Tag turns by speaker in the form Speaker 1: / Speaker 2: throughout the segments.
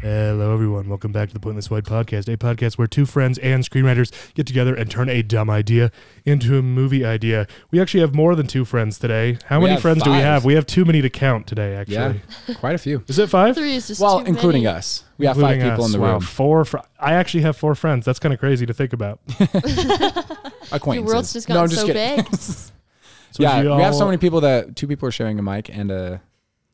Speaker 1: Hello, everyone. Welcome back to the Pointless Wide Podcast, a podcast where two friends and screenwriters get together and turn a dumb idea into a movie idea. We actually have more than two friends today. How
Speaker 2: We
Speaker 1: many
Speaker 2: have
Speaker 1: friends do we
Speaker 2: five.
Speaker 1: have? We have too many to count today, actually.
Speaker 2: Yeah, quite a few.
Speaker 1: Is it five?
Speaker 3: Three is just
Speaker 2: well,
Speaker 3: too
Speaker 2: including
Speaker 3: many.
Speaker 2: us, we have five
Speaker 1: Including
Speaker 2: people
Speaker 1: us.
Speaker 2: in the
Speaker 1: Wow,
Speaker 2: room.
Speaker 1: Four. Fr- I actually have four friends. That's kind of crazy to think about.
Speaker 3: The
Speaker 2: Acquaintances.
Speaker 3: world's just
Speaker 2: No,
Speaker 3: gotten
Speaker 2: I'm just
Speaker 3: so
Speaker 2: kidding.
Speaker 3: big.
Speaker 1: So
Speaker 2: yeah,
Speaker 1: you
Speaker 2: we have so
Speaker 1: all-
Speaker 2: many people that two people are sharing a mic and a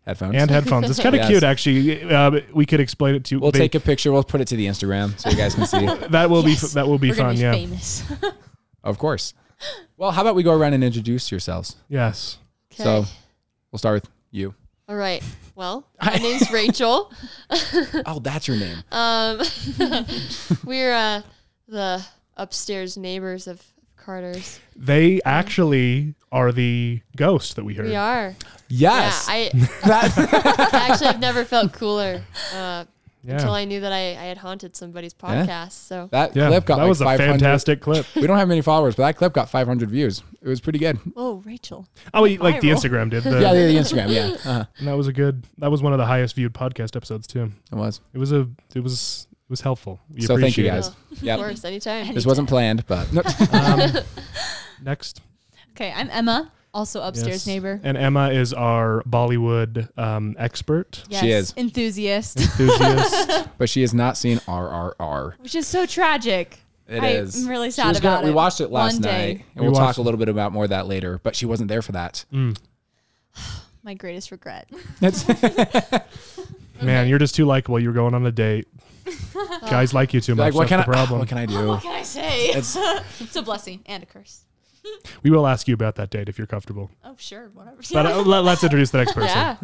Speaker 2: headphones.
Speaker 1: and headphones. It's kind of
Speaker 2: Yes.
Speaker 1: cute, actually. Uh, we could explain it to.
Speaker 2: we'll
Speaker 1: they-
Speaker 2: take a picture. We'll put it to the Instagram so you guys can see.
Speaker 1: that will be
Speaker 3: Yes.
Speaker 1: f- that will be
Speaker 3: We're gonna
Speaker 1: fun. yeah.
Speaker 3: famous.
Speaker 2: of course. Well, how about we go around and introduce yourselves?
Speaker 1: Yes.
Speaker 3: Okay.
Speaker 2: So- We'll start with you.
Speaker 3: all right. Well, my name's Rachel.
Speaker 2: Oh, that's your name.
Speaker 3: Um, we're uh, the upstairs neighbors of Carter's.
Speaker 1: They actually are the ghost that we heard.
Speaker 3: We are.
Speaker 2: Yes.
Speaker 3: Yeah.
Speaker 2: That-
Speaker 3: I actually have never felt cooler uh,
Speaker 1: Yeah.
Speaker 3: until I knew that I, I had haunted somebody's podcast. So
Speaker 2: that
Speaker 1: Yeah,
Speaker 2: clip got
Speaker 1: that
Speaker 2: like
Speaker 1: was a
Speaker 2: 500.
Speaker 1: fantastic clip.
Speaker 2: We don't have many followers, but that clip got 500 views. It was pretty good.
Speaker 4: Oh, Rachel.
Speaker 1: Oh, wait, like the
Speaker 4: Viral.
Speaker 1: Instagram did. The,
Speaker 2: Yeah, the, the Instagram. Yeah, uh-huh.
Speaker 1: and that was a good. That was one of the highest viewed podcast episodes too.
Speaker 2: it was.
Speaker 1: It was a. It was. It was helpful. We
Speaker 2: So thank you
Speaker 1: appreciate
Speaker 2: guys.
Speaker 3: Oh,
Speaker 2: Yeah,
Speaker 3: of course, anytime.
Speaker 2: this wasn't planned, but
Speaker 1: it. Um, next,
Speaker 4: Okay, I'm Emma, also
Speaker 1: Yes.
Speaker 4: upstairs neighbor.
Speaker 1: and Emma is our Bollywood um, expert
Speaker 4: Yes,
Speaker 2: She is.
Speaker 4: enthusiast,
Speaker 1: enthusiast.
Speaker 2: but she has not seen RRR.
Speaker 4: which is so tragic.
Speaker 2: It
Speaker 4: I
Speaker 2: is.
Speaker 4: am really
Speaker 2: She
Speaker 4: sad
Speaker 2: was gonna-
Speaker 4: about
Speaker 2: We
Speaker 4: it.
Speaker 2: watched it last
Speaker 4: One day.
Speaker 2: night, and
Speaker 1: We
Speaker 2: we'll
Speaker 1: watched
Speaker 2: talk
Speaker 1: it.
Speaker 2: a little bit about more of that later. But she wasn't there for that.
Speaker 1: Mm.
Speaker 4: My greatest regret.
Speaker 2: That's
Speaker 1: Man, you're just too likable. You're going on a date. Guys like you too much.
Speaker 2: like, what
Speaker 1: That's
Speaker 2: can I?
Speaker 1: the problem.
Speaker 2: What can I do?
Speaker 4: can I say?
Speaker 2: It's-
Speaker 4: It's, a blessing and a curse.
Speaker 1: we will ask you about that date if you're comfortable.
Speaker 4: Oh, sure, whatever.
Speaker 1: But uh, let, us introduce the next person.
Speaker 3: Yeah.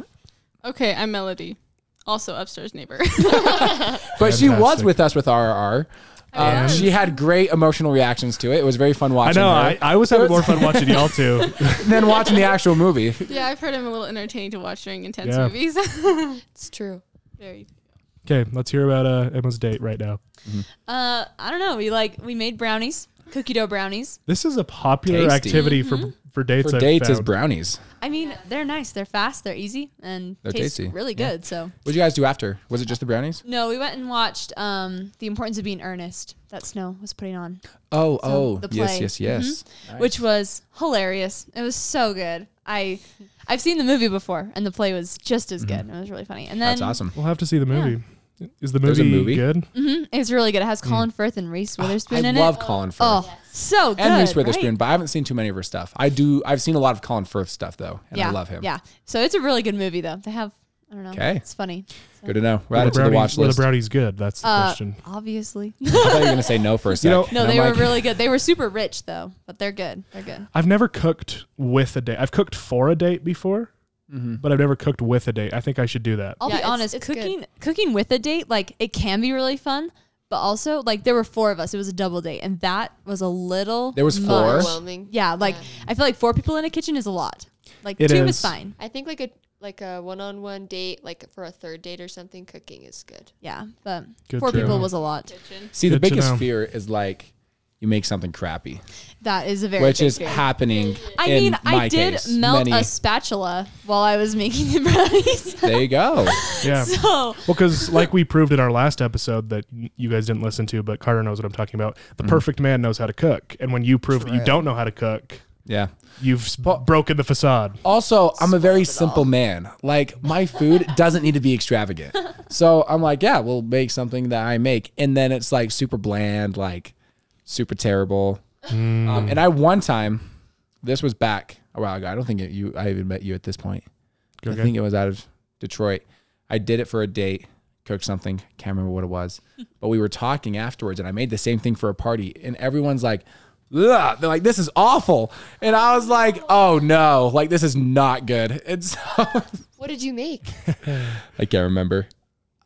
Speaker 5: Okay, I'm Melody, also upstairs neighbor.
Speaker 2: But she was
Speaker 1: Fantastic.
Speaker 2: with us with RRR. Um,
Speaker 1: was.
Speaker 2: she had great emotional reactions to it. It was very fun
Speaker 1: I
Speaker 2: watching
Speaker 1: know.
Speaker 2: her,
Speaker 1: I, I was having more fun watching y'all too.
Speaker 2: than watching the actual movie.
Speaker 5: yeah, I've heard I'm a little entertaining to watch during intense
Speaker 1: Yeah.
Speaker 5: movies.
Speaker 3: It's true.
Speaker 5: Very.
Speaker 1: Okay, let's hear about uh, Emma's date right now.
Speaker 4: Uh, I don't know. We like we made brownies, cookie dough brownies.
Speaker 1: This is a popular
Speaker 2: Tasty.
Speaker 1: activity
Speaker 4: Mm-hmm.
Speaker 1: for for dates.
Speaker 2: For
Speaker 1: I've
Speaker 2: dates is
Speaker 1: found.
Speaker 2: brownies.
Speaker 4: I mean, they're nice. They're fast. They're easy, and
Speaker 2: They're
Speaker 4: taste
Speaker 2: tasty.
Speaker 4: really
Speaker 2: Yeah.
Speaker 4: good. So
Speaker 2: What did you guys do after? Was it just the brownies?
Speaker 4: no, we went and watched um, the importance of being earnest that Snow was putting on.
Speaker 2: Oh, oh,
Speaker 4: the
Speaker 2: yes,
Speaker 4: play.
Speaker 2: yes, yes. Nice.
Speaker 4: which was hilarious. It was so good. I I've seen the movie before, and the play was just as good. It was really funny. And then
Speaker 2: Mm-hmm. That's awesome.
Speaker 1: We'll have to see the
Speaker 4: Yeah.
Speaker 1: movie. Is the
Speaker 2: There's
Speaker 1: movie,
Speaker 2: a movie?
Speaker 1: good?
Speaker 4: mhm, it was really good. It has Colin Firth and Reese Witherspoon
Speaker 2: Mm. Ah, I
Speaker 4: in
Speaker 2: love
Speaker 4: it.
Speaker 2: Colin Firth
Speaker 4: Oh, so good.
Speaker 2: and Reese Witherspoon,
Speaker 4: right?
Speaker 2: but I haven't seen too many of her stuff. I do. I've seen a lot of Colin Firth stuff though, and
Speaker 4: yeah,
Speaker 2: I love him.
Speaker 4: Yeah. So it's a really good movie, though. They have I don't know.
Speaker 2: 'Kay.
Speaker 4: It's funny.
Speaker 2: Good to know. We're
Speaker 1: Were
Speaker 2: added to the
Speaker 1: brownies-
Speaker 2: watch
Speaker 1: were
Speaker 2: list.
Speaker 1: brownies good? That's the
Speaker 4: Uh,
Speaker 1: question.
Speaker 4: Obviously.
Speaker 2: I thought you were gonna say no for a
Speaker 1: know-
Speaker 2: second.
Speaker 4: No, they were really good. They were super rich though, but they're good. They're good.
Speaker 1: I've never cooked with a date. I've cooked for a date before,
Speaker 2: Mm-hmm.
Speaker 1: but I've never cooked with a date. I think I should do that.
Speaker 4: I'll
Speaker 3: Yeah,
Speaker 4: be
Speaker 3: it's-
Speaker 4: honest,
Speaker 3: it's good.
Speaker 4: cooking cooking with a date, like it can be really fun, but also like there were four of us. It was a double date, and that was a little
Speaker 2: There was four?
Speaker 4: much.
Speaker 3: Overwhelming.
Speaker 4: Yeah, like I feel like four people in a kitchen is a lot. Like
Speaker 1: It
Speaker 4: two is.
Speaker 1: is.
Speaker 4: fine.
Speaker 3: I think like a like a one on one date, like for a third date or something, cooking is good.
Speaker 4: Yeah, but
Speaker 1: Good
Speaker 4: four
Speaker 1: to
Speaker 4: people
Speaker 1: know.
Speaker 4: was a lot.
Speaker 5: Kitchen.
Speaker 2: See, the
Speaker 1: Good to
Speaker 2: biggest
Speaker 1: know.
Speaker 2: fear is like you make something crappy,
Speaker 4: That is a very
Speaker 2: which
Speaker 4: big
Speaker 2: is
Speaker 4: fear.
Speaker 2: happening.
Speaker 4: I
Speaker 2: in
Speaker 4: mean,
Speaker 2: my
Speaker 4: I did
Speaker 2: case.
Speaker 4: melt
Speaker 2: Many-
Speaker 4: a spatula while I was making the brownies. Oh,
Speaker 2: There you go.
Speaker 1: Yeah.
Speaker 4: so
Speaker 1: Well, because like we proved in our last episode that you guys didn't listen to, but Carter knows what I'm talking about. The
Speaker 2: Mm-hmm.
Speaker 1: perfect man knows how to cook, and when you prove that you don't know how to cook,
Speaker 2: Yeah.
Speaker 1: you've s broken the facade.
Speaker 2: Also, I'm a very simple man. Like my food doesn't need to be extravagant. So I'm like, yeah, we'll make something that I make, and then it's like super bland, like super terrible.
Speaker 1: Mm.
Speaker 2: Um, and I one time, this was back a while ago. I don't think it, you. I even met you at this point.
Speaker 1: Okay.
Speaker 2: I think it was out of Detroit. I did it for a date, cooked something, can't remember what it was. But we were talking afterwards and I made the same thing for a party and everyone's like, Ugh. they're like, this is awful. And I was like, oh no, like this is not good. And so
Speaker 3: What did you make?
Speaker 2: I can't remember.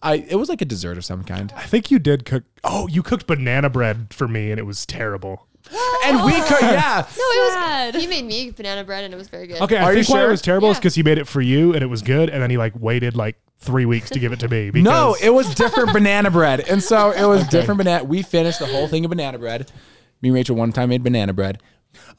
Speaker 2: I it was like a dessert of some kind.
Speaker 1: I think you did cook. Oh, you cooked banana bread for me, and it was terrible.
Speaker 2: And we could yeah.
Speaker 3: No, it
Speaker 4: Sad.
Speaker 3: was. He made me banana bread and it was very good.
Speaker 1: Okay, I
Speaker 2: Are you
Speaker 1: think why it
Speaker 2: sure?
Speaker 1: was terrible is
Speaker 3: Yeah.
Speaker 1: because he made it for you, and it was good, and then he like waited like three weeks to give it to me. Because
Speaker 2: No, it was different banana bread. And so it was different banana. We finished the whole thing of banana bread. Me and Rachel one time made banana bread.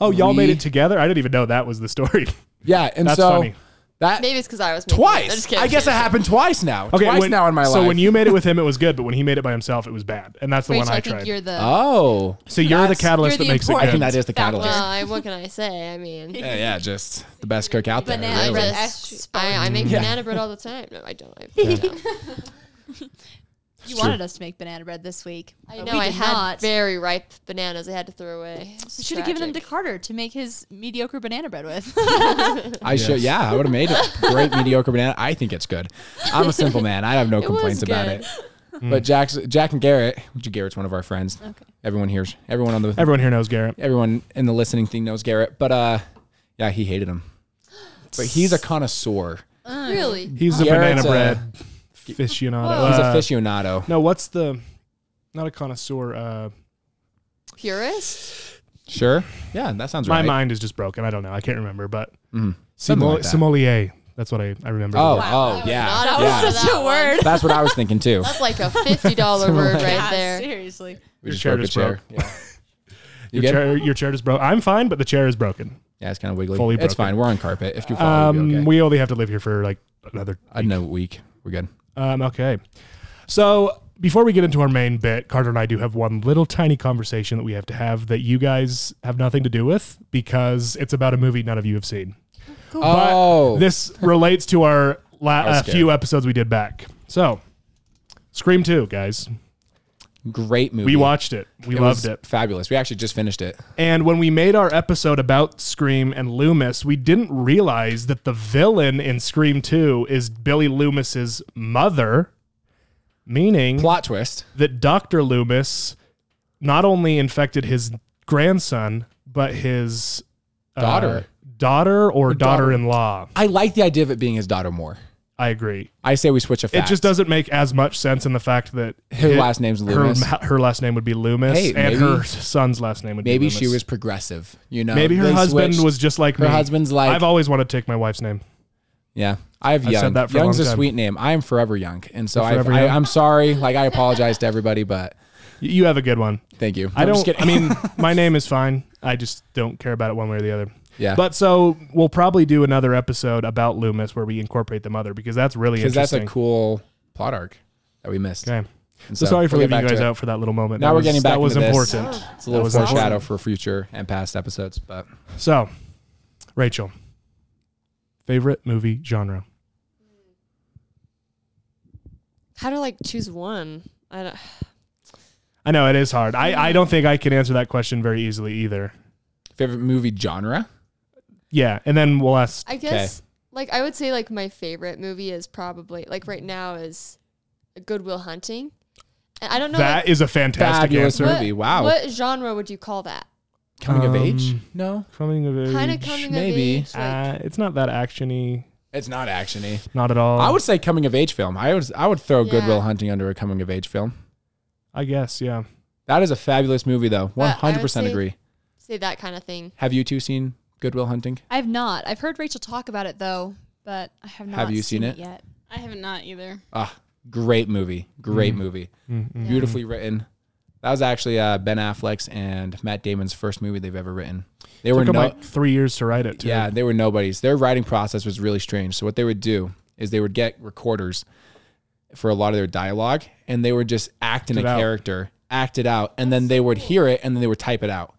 Speaker 1: oh, y'all
Speaker 2: we-
Speaker 1: made it together. I didn't even know that was the story.
Speaker 2: Yeah, and
Speaker 1: That's
Speaker 2: so
Speaker 1: funny.
Speaker 2: That
Speaker 3: Maybe it's because I was making it. I'm just
Speaker 2: twice.
Speaker 3: kidding.
Speaker 2: I guess it happened twice now. twice
Speaker 1: when-
Speaker 2: now in my life.
Speaker 1: So when you made it with him, it was good, but when he made it by himself, it was bad, and that's the
Speaker 4: Rachel,
Speaker 1: one I,
Speaker 4: I
Speaker 1: tried.
Speaker 4: think you're the
Speaker 2: oh,
Speaker 1: so you're the
Speaker 2: That's-
Speaker 1: catalyst
Speaker 4: you're
Speaker 1: that
Speaker 4: the
Speaker 1: makes it
Speaker 4: important
Speaker 2: I
Speaker 1: good.
Speaker 2: think that is the
Speaker 4: That
Speaker 2: catalyst.
Speaker 4: was-
Speaker 3: Well, I, what can I say? I mean,
Speaker 2: Yeah, yeah, just the best cook out there.
Speaker 4: Banana
Speaker 3: I,
Speaker 2: really.
Speaker 4: bread.
Speaker 3: just, I, I make
Speaker 2: Yeah.
Speaker 3: banana bread all the time. No, I don't. I, no.
Speaker 4: you wanted us to make banana bread this week.
Speaker 3: I
Speaker 4: but
Speaker 3: know
Speaker 4: we
Speaker 3: I
Speaker 4: did
Speaker 3: had
Speaker 4: not.
Speaker 3: very ripe bananas I had to throw away.
Speaker 4: We should have given them to Carter to make his mediocre banana bread with.
Speaker 2: I should. Yeah, I would have made it. Great mediocre banana. I think it's good. I'm a simple man. I have no complaints about
Speaker 3: good.
Speaker 2: it. But Jack's, Jack and Garrett, which Garrett's one of our friends. Okay. Everyone here's everyone on the
Speaker 1: Everyone here knows Garrett.
Speaker 2: everyone in the listening thing knows Garrett, but uh, yeah, he hated him. But he's a connoisseur.
Speaker 3: Really?
Speaker 1: He's a
Speaker 2: Garrett's
Speaker 1: banana
Speaker 2: a-
Speaker 1: bread aficionado.
Speaker 2: uh, He's
Speaker 1: Uh,
Speaker 2: aficionado.
Speaker 1: No, what's the not a connoisseur? Uh,
Speaker 3: Purist?
Speaker 2: Sure. Yeah, that sounds
Speaker 1: My
Speaker 2: right.
Speaker 1: mind is just broken. I don't know. I can't remember, but
Speaker 2: Mhm. Something
Speaker 1: sommel-
Speaker 2: like that.
Speaker 1: sommelier. That's what I I remember.
Speaker 2: Oh,
Speaker 4: Wow,
Speaker 2: oh,
Speaker 4: that was
Speaker 2: yeah.
Speaker 3: not
Speaker 2: yeah.
Speaker 3: a- That one.
Speaker 2: That's what I was thinking too.
Speaker 3: That's like a $50 word right
Speaker 4: Yeah,
Speaker 3: there.
Speaker 4: Seriously.
Speaker 1: Your
Speaker 2: We just
Speaker 1: chair
Speaker 2: broke a
Speaker 1: just
Speaker 2: chair. Yeah.
Speaker 1: your
Speaker 2: You good?
Speaker 1: chair, your chair is broken. I'm fine, but the chair is broken.
Speaker 2: Yeah, it's kind of wiggly.
Speaker 1: Fully
Speaker 2: it's
Speaker 1: broken.
Speaker 2: fine. We're on carpet. If you fall,
Speaker 1: Um,
Speaker 2: you'll be okay.
Speaker 1: We only have to live here for like another.
Speaker 2: I know week. We're good.
Speaker 1: Um, okay, so before we get into our main bit, Carter and I do have one little tiny conversation that we have to have that you guys have nothing to do with because it's about a movie none of you have seen. But
Speaker 2: Oh,
Speaker 1: this relates to our la-
Speaker 2: was
Speaker 1: uh,
Speaker 2: scared.
Speaker 1: few episodes we did back. So, Scream Two, guys,
Speaker 2: great movie.
Speaker 1: we watched it. We
Speaker 2: It
Speaker 1: loved
Speaker 2: was
Speaker 1: it.
Speaker 2: Fabulous. We actually just finished it.
Speaker 1: And when we made our episode about Scream and Loomis, we didn't realize that the villain in Scream 2 is Billy Loomis's mother, meaning
Speaker 2: Plot twist.
Speaker 1: that Dr. Loomis not only infected his grandson, but his uh,
Speaker 2: Daughter.
Speaker 1: daughter or daughter in law.
Speaker 2: I like the idea of it being his daughter more.
Speaker 1: I agree.
Speaker 2: I say we switch a fact.
Speaker 1: It just doesn't make as much sense in the fact that
Speaker 2: Her
Speaker 1: it-
Speaker 2: last name's
Speaker 1: her,
Speaker 2: Loomis.
Speaker 1: ma- her last name would be Loomis
Speaker 2: Hey,
Speaker 1: and
Speaker 2: maybe-
Speaker 1: her son's last name would
Speaker 2: Maybe
Speaker 1: be Loomis.
Speaker 2: she was progressive. You know,
Speaker 1: Maybe her
Speaker 2: They
Speaker 1: husband
Speaker 2: switched.
Speaker 1: was just like
Speaker 2: Her
Speaker 1: me.
Speaker 2: husband's like-
Speaker 1: I've always wanted to take my wife's name.
Speaker 2: Yeah, I have
Speaker 1: I've
Speaker 2: young.
Speaker 1: said that for a
Speaker 2: Young's a,
Speaker 1: long time.
Speaker 2: sweet name. I am forever young, and so I've,
Speaker 1: forever
Speaker 2: I,
Speaker 1: young.
Speaker 2: I'm sorry. Like I apologize to everybody, but
Speaker 1: Y- You have a good one.
Speaker 2: thank you. No,
Speaker 1: I
Speaker 2: I'm
Speaker 1: don't.
Speaker 2: just kidding.
Speaker 1: I mean, my name is fine. I just don't care about it one way or the other.
Speaker 2: Yeah.
Speaker 1: But so we'll probably do another episode about Loomis where we incorporate the mother because that's really
Speaker 2: because that's
Speaker 1: interesting.
Speaker 2: a cool plot arc that we missed.
Speaker 1: Okay.
Speaker 2: And
Speaker 1: So, sorry for
Speaker 2: we'll get
Speaker 1: leaving you
Speaker 2: back
Speaker 1: guys
Speaker 2: to it.
Speaker 1: out for that little moment.
Speaker 2: Now
Speaker 1: That
Speaker 2: we're
Speaker 1: was-
Speaker 2: getting back
Speaker 1: That was
Speaker 2: into this.
Speaker 1: important.
Speaker 2: It's a little
Speaker 1: That was
Speaker 2: foreshadow for future and past episodes, but
Speaker 1: So, Rachel, favorite movie genre?
Speaker 3: How do I like, choose one? I don't.
Speaker 1: I know it is hard. I, I don't think I can answer that question very easily either.
Speaker 2: favorite movie genre.
Speaker 1: Yeah, and then we'll ask.
Speaker 3: I guess like I would say like my favorite movie is probably like right now is Goodwill Hunting. And I don't know
Speaker 1: That
Speaker 3: like,
Speaker 1: is a fantastic
Speaker 2: Fabulous
Speaker 1: answer.
Speaker 2: movie. wow.
Speaker 3: What genre would you call that?
Speaker 2: Coming of
Speaker 1: Um,
Speaker 2: age? No,
Speaker 1: Coming of age.
Speaker 3: Kind of coming
Speaker 2: maybe.
Speaker 3: of age. Like,
Speaker 1: Uh, it's not that actiony.
Speaker 2: it's not actiony.
Speaker 1: Not at all.
Speaker 2: I would say coming of age film. I would I would throw
Speaker 3: Yeah.
Speaker 2: Goodwill Hunting under a coming of age film.
Speaker 1: I guess. Yeah.
Speaker 2: That is a fabulous movie though.
Speaker 3: I
Speaker 2: One
Speaker 3: would
Speaker 2: hundred percent
Speaker 3: say-
Speaker 2: agree.
Speaker 3: say that kind of thing.
Speaker 2: Have you two seen Goodwill Hunting?
Speaker 4: I've not. I've heard Rachel talk about it though, but I have not.
Speaker 2: Have you seen it?
Speaker 4: yet?
Speaker 5: I have not either.
Speaker 2: Ah, great movie. Great
Speaker 1: Mm.
Speaker 2: movie. Beautifully written. That was actually uh, Ben Affleck's and Matt Damon's first movie they've ever written. They were
Speaker 1: Took 'em
Speaker 2: no,
Speaker 1: like three years to write it. Too.
Speaker 2: Yeah, they were nobodies. Their writing process was really strange. So what they would do is they would get recorders for a lot of their dialogue, and they would just act in
Speaker 1: Act it
Speaker 2: a
Speaker 1: out.
Speaker 2: character, act it out, and then they would hear it, and then they would type it out.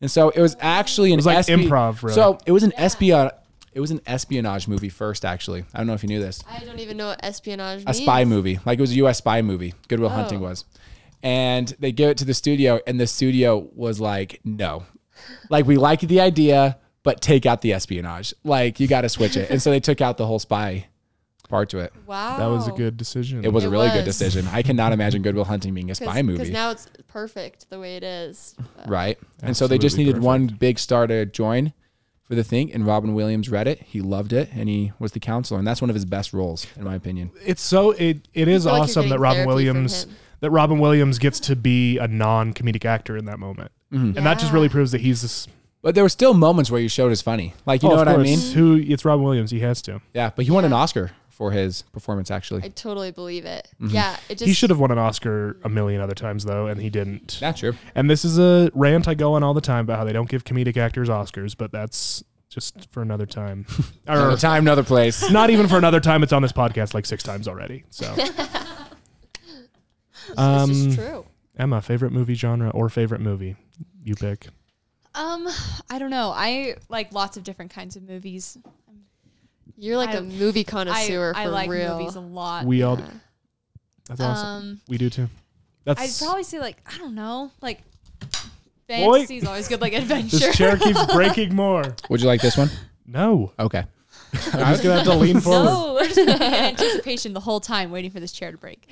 Speaker 2: And so it was actually an
Speaker 1: was like
Speaker 2: SB
Speaker 1: improv, really.
Speaker 2: So it was an espionage. It was an espionage movie first, actually. I don't know if you knew this.
Speaker 3: I don't even know what espionage
Speaker 2: A
Speaker 3: means.
Speaker 2: spy movie, like it was a U.S. spy movie. Goodwill Hunting
Speaker 3: Oh.
Speaker 2: was, and they give it to the studio, and the studio was like, "No, like we like the idea, but take out the espionage. Like you got to switch it." And so they took out the whole spy part to it.
Speaker 3: Wow.
Speaker 1: That was a good decision.
Speaker 2: It was a
Speaker 3: It
Speaker 2: really good
Speaker 3: was.
Speaker 2: decision. I cannot imagine Goodwill Hunting being a spy
Speaker 3: Because
Speaker 2: movie,
Speaker 3: now it's perfect the way it is. But
Speaker 2: right? And so they just
Speaker 1: Absolutely
Speaker 2: needed one big star to join for the thing, and Robin Williams read it. He loved it, and he was the counselor, and that's one of his best roles, in my opinion.
Speaker 1: It's so it it is
Speaker 3: feel like you're
Speaker 1: awesome that
Speaker 3: getting
Speaker 1: Robin
Speaker 3: therapy from
Speaker 1: Williams
Speaker 3: him.
Speaker 1: that Robin Williams gets to be a non comedic actor in that moment,
Speaker 2: Mm-hmm.
Speaker 1: and that just
Speaker 3: Yeah.
Speaker 1: really proves that he's this.
Speaker 2: But there were still moments where you showed as funny, like you
Speaker 1: Oh,
Speaker 2: know
Speaker 1: of
Speaker 2: what I
Speaker 1: course,
Speaker 2: mean.
Speaker 1: Who it's Robin Williams? He has to.
Speaker 2: Yeah, but he won an Oscar for his performance actually.
Speaker 3: I totally believe it. Yeah. It just
Speaker 1: Mm-hmm. He should have won an Oscar a million other times though, and he didn't.
Speaker 2: That's true.
Speaker 1: And this is a rant I go on all the time about how they don't give comedic actors Oscars, but that's just for another time.
Speaker 2: Another
Speaker 1: or
Speaker 2: time, another place.
Speaker 1: not even for another time. It's on this podcast like six times already. So,
Speaker 3: It's
Speaker 1: Um,
Speaker 3: just true.
Speaker 1: Emma, favorite movie genre or favorite movie you pick?
Speaker 4: Um, I don't know. I like lots of different kinds of movies.
Speaker 3: You're like
Speaker 4: I-
Speaker 3: a movie connoisseur
Speaker 4: I,
Speaker 3: for
Speaker 4: I like
Speaker 3: real.
Speaker 4: movies a lot.
Speaker 1: We all.
Speaker 3: Yeah.
Speaker 1: That's awesome.
Speaker 4: Uh, um,
Speaker 1: We do too.
Speaker 4: I'd
Speaker 1: That's
Speaker 4: probably say like I don't know, like
Speaker 1: Boy.
Speaker 4: fantasy is always good, like
Speaker 1: this
Speaker 4: adventure.
Speaker 1: chair keeps breaking more.
Speaker 2: Would you like this one?
Speaker 1: No,
Speaker 2: Okay.
Speaker 1: I'm just gonna have to lean forward.
Speaker 4: no, we're just gonna be in anticipation the whole time, waiting for this chair to break.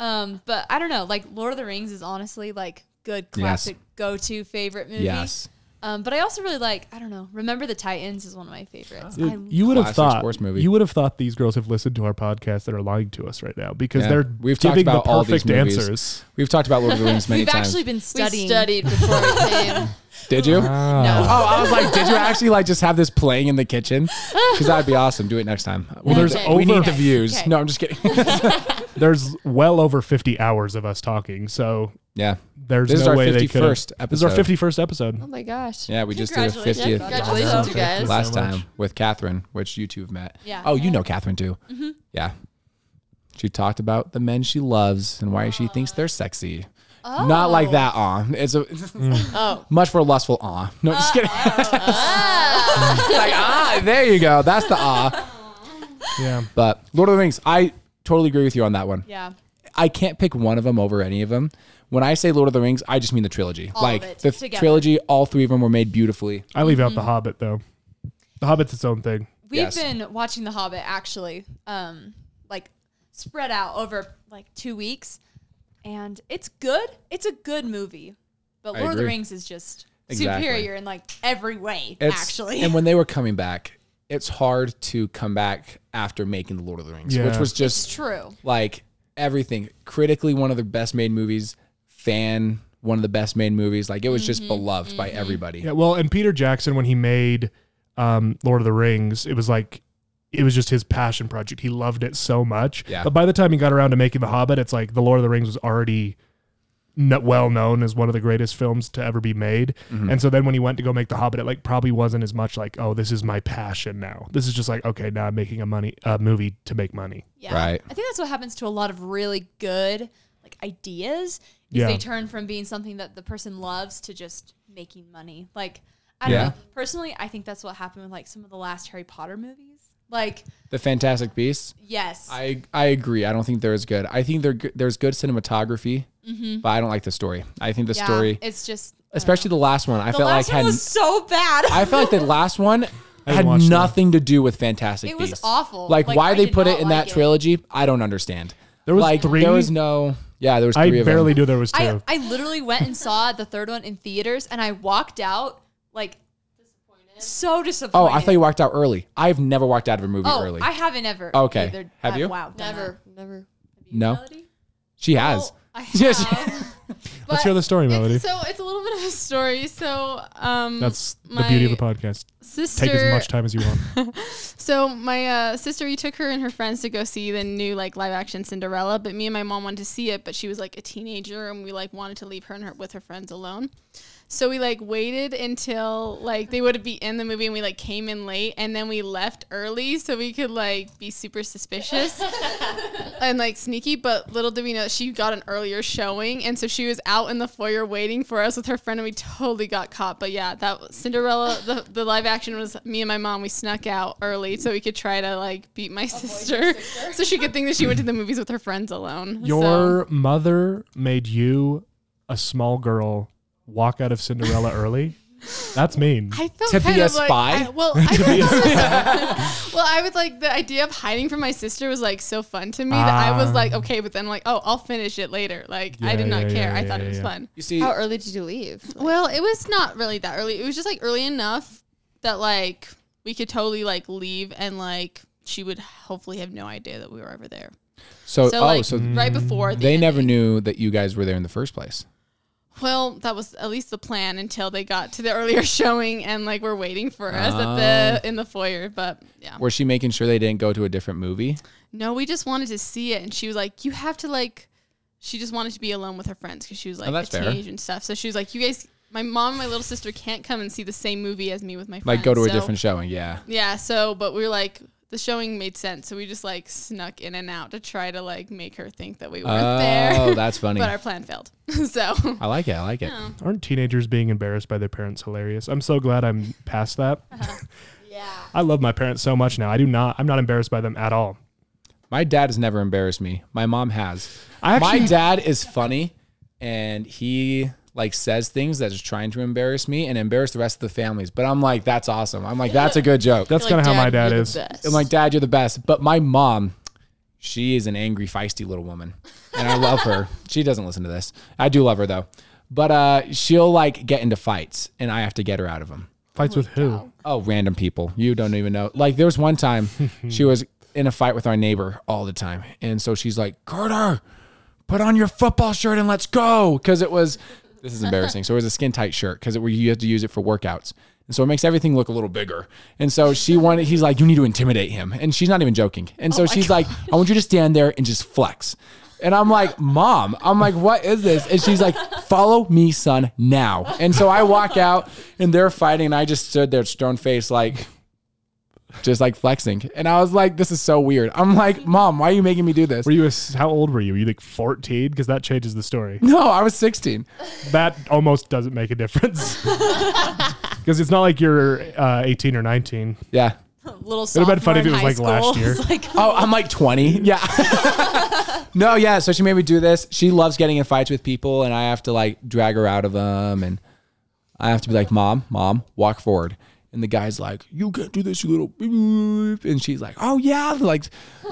Speaker 4: Um, but I don't know. Like Lord of the Rings is honestly like good classic go-to favorite movie.
Speaker 2: Yes.
Speaker 4: Um, but I also really like I don't know. Remember the Titans is one of my favorites.
Speaker 1: Dude,
Speaker 4: I
Speaker 1: you would have
Speaker 2: Classic
Speaker 1: thought
Speaker 2: sports movie.
Speaker 1: you would have thought these girls have listened to our podcast that are lying to us right now because
Speaker 2: Yeah.
Speaker 1: they're
Speaker 2: We've talked
Speaker 1: giving
Speaker 2: about
Speaker 1: the
Speaker 2: all these
Speaker 1: perfect
Speaker 2: movies.
Speaker 1: answers.
Speaker 2: We've talked about Lord of the Rings many
Speaker 4: We've
Speaker 2: times.
Speaker 4: actually been
Speaker 3: We
Speaker 4: studying.
Speaker 3: studied before we
Speaker 1: Uh,
Speaker 3: came.
Speaker 2: Did you?
Speaker 1: No.
Speaker 2: Oh, I was like, did you actually like just have this playing in the kitchen? Because that'd be awesome. Do it next time.
Speaker 1: Well, there's
Speaker 3: Okay.
Speaker 1: over
Speaker 2: we need the views.
Speaker 4: Okay.
Speaker 2: No, I'm just kidding.
Speaker 1: there's well over 50 hours of us talking, so
Speaker 2: yeah,
Speaker 1: there's
Speaker 2: This is
Speaker 1: no
Speaker 2: our
Speaker 1: way they could.
Speaker 2: 51st
Speaker 1: This is our
Speaker 2: episode.
Speaker 1: 51st episode.
Speaker 3: Oh my gosh.
Speaker 2: yeah. We just did a
Speaker 4: Congratulations.
Speaker 2: 50th
Speaker 3: Congratulations, you
Speaker 1: Wow.
Speaker 3: guys.
Speaker 2: last
Speaker 1: so much.
Speaker 2: time with Catherine, which you two have met.
Speaker 4: Yeah. Mm-hmm.
Speaker 2: Oh, you know Catherine too. Yeah. She talked about the men she loves and why she thinks they're sexy. Not
Speaker 4: Oh.
Speaker 2: like that, aw. It's a
Speaker 3: Oh.
Speaker 2: much more lustful aw. No, just
Speaker 4: Uh,
Speaker 2: kidding.
Speaker 4: oh,
Speaker 2: It's like ah, there you go. That's the ah.
Speaker 1: Yeah.
Speaker 2: But Lord of the Rings, I totally agree with you on that one.
Speaker 4: Yeah.
Speaker 2: I can't pick one of them over any of them. When I say Lord of the Rings, I just mean the trilogy.
Speaker 4: All of
Speaker 2: like
Speaker 4: it
Speaker 2: the
Speaker 4: together.
Speaker 2: trilogy, all three of them were made beautifully.
Speaker 1: I leave
Speaker 4: Mm-hmm.
Speaker 1: out the Hobbit though. The Hobbit's its own thing.
Speaker 4: We've
Speaker 2: Yes.
Speaker 4: been watching The Hobbit actually, um, like spread out over like two weeks, and it's good. It's a good movie, but
Speaker 2: I
Speaker 4: Lord of the
Speaker 2: agree.
Speaker 4: Rings is just
Speaker 2: Exactly.
Speaker 4: superior in like every way.
Speaker 2: It's-
Speaker 4: actually,
Speaker 2: And when they were coming back, it's hard to come back after making the Lord of the Rings, which
Speaker 1: Yeah.
Speaker 2: was
Speaker 4: it's
Speaker 2: just
Speaker 4: true.
Speaker 2: like everything. Critically, one of the best made movies. Fan, one of the best made movies. Like it was
Speaker 4: Mm-hmm,
Speaker 2: just beloved by everybody.
Speaker 1: Yeah, well, and Peter Jackson when he made um, Lord of the Rings, it was like it was just his passion project. He loved it so much.
Speaker 2: Yeah.
Speaker 1: But by the time he got around to making The Hobbit, it's like The Lord of the Rings was already kn- well known as one of the greatest films to ever be made.
Speaker 2: Mm-hmm.
Speaker 1: And so then when he went to go make The Hobbit, it like probably wasn't as much like, oh, this is my passion now. This is just like, okay, now I'm making a money a movie to make money.
Speaker 4: Yeah.
Speaker 2: Right.
Speaker 4: I think that's what happens to a lot of really good like ideas. Is
Speaker 1: Yeah.
Speaker 4: they turn from being something that the person loves to just making money. Like I don't
Speaker 2: Yeah.
Speaker 4: know. Personally, I think that's what happened with like some of the last Harry Potter movies. Like
Speaker 2: The Fantastic Beasts.
Speaker 4: yes,
Speaker 2: I I agree. I don't think they're as good. I think they're go- there's good cinematography, but I don't like the story. I think the
Speaker 4: Mm-hmm. Yeah,
Speaker 2: story,
Speaker 4: It's just
Speaker 2: especially the last one, I
Speaker 4: the
Speaker 2: felt
Speaker 4: last
Speaker 2: like
Speaker 4: one
Speaker 2: had
Speaker 4: was so bad.
Speaker 2: I felt like the last one had
Speaker 1: watch that.
Speaker 2: nothing to do with Fantastic
Speaker 4: It was
Speaker 2: Beasts.
Speaker 4: awful.
Speaker 2: Like,
Speaker 4: Like,
Speaker 2: why
Speaker 4: I
Speaker 2: they
Speaker 4: did
Speaker 2: put
Speaker 4: not
Speaker 2: it in
Speaker 4: like
Speaker 2: that
Speaker 4: it.
Speaker 2: trilogy, I don't understand.
Speaker 1: There was
Speaker 2: like
Speaker 1: three?
Speaker 2: there was no yeah, there was
Speaker 1: I
Speaker 2: three of
Speaker 1: barely
Speaker 2: them.
Speaker 1: knew there was two.
Speaker 4: I, I literally went and saw the third one in theaters, and I walked out like disappointed. So disappointed.
Speaker 2: Oh, I thought you walked out early. I've never walked out of a movie
Speaker 4: Oh,
Speaker 2: early.
Speaker 4: I haven't ever.
Speaker 2: Okay.
Speaker 4: either.
Speaker 2: Have
Speaker 4: I've-
Speaker 2: you?
Speaker 4: Wow, done
Speaker 3: Never, never.
Speaker 2: no,
Speaker 4: that.
Speaker 2: she has.
Speaker 4: Well, Oh, I have.
Speaker 2: Yes.
Speaker 1: Let's hear the story, Melody.
Speaker 4: uh,
Speaker 5: It's, so it's a little bit of a story. So um,
Speaker 1: That's the
Speaker 5: my
Speaker 1: beauty of the podcast.
Speaker 5: sister.
Speaker 1: Take as much time as you want.
Speaker 5: So my uh, sister, we took her and her friends to go see the new like live action Cinderella, but me and my mom wanted to see it, but she was like a teenager, and we like wanted to leave her and her with her friends alone. So we like waited until like they would be in the movie, and we like came in late, and then we left early so we could like be super suspicious and like sneaky. But little did we know she got an earlier showing, and so she was out in the foyer waiting for us with her friend, and we totally got caught. But yeah, that was Cinderella, the, the live action was me and my mom. We snuck out early so we could try to like beat my sister, so she could think that she went to the movies with her friends alone. So-
Speaker 1: Your mother made you, a small girl, walk out of Cinderella early. That's mean.
Speaker 5: I felt
Speaker 2: To be
Speaker 5: kind
Speaker 2: a
Speaker 5: of like,
Speaker 2: spy?
Speaker 5: I, well, I well, I was like the idea of hiding from my sister was like so fun to me that I was
Speaker 1: Ah.
Speaker 5: like okay, but then like oh, I'll finish it later. Like I
Speaker 1: Yeah,
Speaker 5: did not
Speaker 1: yeah,
Speaker 5: care.
Speaker 1: yeah,
Speaker 5: I thought
Speaker 1: yeah,
Speaker 5: it was
Speaker 1: yeah.
Speaker 5: fun.
Speaker 2: you see,
Speaker 3: How early did you leave?
Speaker 5: Well, it was not really that early. It was just like early enough that like we could totally like leave and like she would hopefully have no idea that we were ever there.
Speaker 2: so,
Speaker 5: So
Speaker 2: oh,
Speaker 5: like
Speaker 2: so
Speaker 5: right before the
Speaker 2: they never
Speaker 5: ending.
Speaker 2: knew that you guys were there in the first place.
Speaker 5: Well, that was at least the plan until they got to the earlier showing and like were waiting for us at the in the foyer. But yeah,
Speaker 2: Was she making sure they didn't go to a different movie?
Speaker 5: no, we just wanted to see it, and she was like, "You have to like." She just wanted to be alone with her friends because she was like
Speaker 2: Oh, that's
Speaker 5: a
Speaker 2: fair.
Speaker 5: teenage and stuff. So she was like, "You guys." my mom and my little sister can't come and see the same movie as me with my friends.
Speaker 2: Like go to a
Speaker 5: so-
Speaker 2: different showing. Yeah.
Speaker 5: Yeah, so but we were like the showing made sense, so we just like snuck in and out to try to like make her think that we weren't
Speaker 2: Oh,
Speaker 5: there.
Speaker 2: that's funny.
Speaker 5: but our plan failed. so
Speaker 2: I like it. I like it.
Speaker 1: Aren't teenagers being embarrassed by their parents hilarious? I'm so glad I'm past that.
Speaker 5: Uh-huh.
Speaker 3: Yeah.
Speaker 1: I love my parents so much now. I do not. I'm not embarrassed by them at all.
Speaker 2: My dad has never embarrassed me. My mom has.
Speaker 1: I
Speaker 2: my
Speaker 1: actually-
Speaker 2: dad is funny and he like says things that is trying to embarrass me and embarrass the rest of the families. But I'm like, that's awesome. I'm like, that's a good joke.
Speaker 1: That's kind of how my dad is.
Speaker 2: I'm like, Dad, you're the best. But my mom, she is an angry, feisty little woman. And I love her. She doesn't listen to this. I do love her though. But uh, she'll like get into fights and I have to get her out of them.
Speaker 1: Fights with who?
Speaker 2: Oh, random people. You don't even know. Like there was one time she was in a fight with our neighbor all the time. And so she's like, Carter, put on your football shirt and let's go. Cause it was, this is embarrassing. So it was a skin tight shirt because you have to use it for workouts. And so it makes everything look a little bigger. And so she wanted, he's like, you need to intimidate him. And she's not even joking. And so she's like, I want you to stand there and just flex. And I'm like, Mom, I'm like, what is this? And she's like, Follow me, son, now. And so I walk out and they're fighting. And I just stood there, stone faced, like, just like flexing. And I was like, This is so weird. I'm like, Mom, why are you making me do this?
Speaker 1: Were you? A, s- how old were you? Were you like 14? Because that changes the story.
Speaker 2: No, I was 16.
Speaker 1: That almost doesn't make a difference. Because it's not like you're uh, 18 or 19.
Speaker 2: Yeah.
Speaker 4: Little
Speaker 1: It'd have
Speaker 4: sophomore
Speaker 1: been funny if it
Speaker 4: in
Speaker 1: was
Speaker 4: high
Speaker 1: like
Speaker 4: school.
Speaker 1: last year.
Speaker 4: It's like,
Speaker 2: Oh, I'm like 20. Yeah. no, yeah. So she made me do this. She loves getting in fights with people, and I have to like drag her out of them. And I have to be like, Mom, Mom, walk forward. And the guy's like, You can't do this, you little. beep." And she's like, Oh, yeah. Like,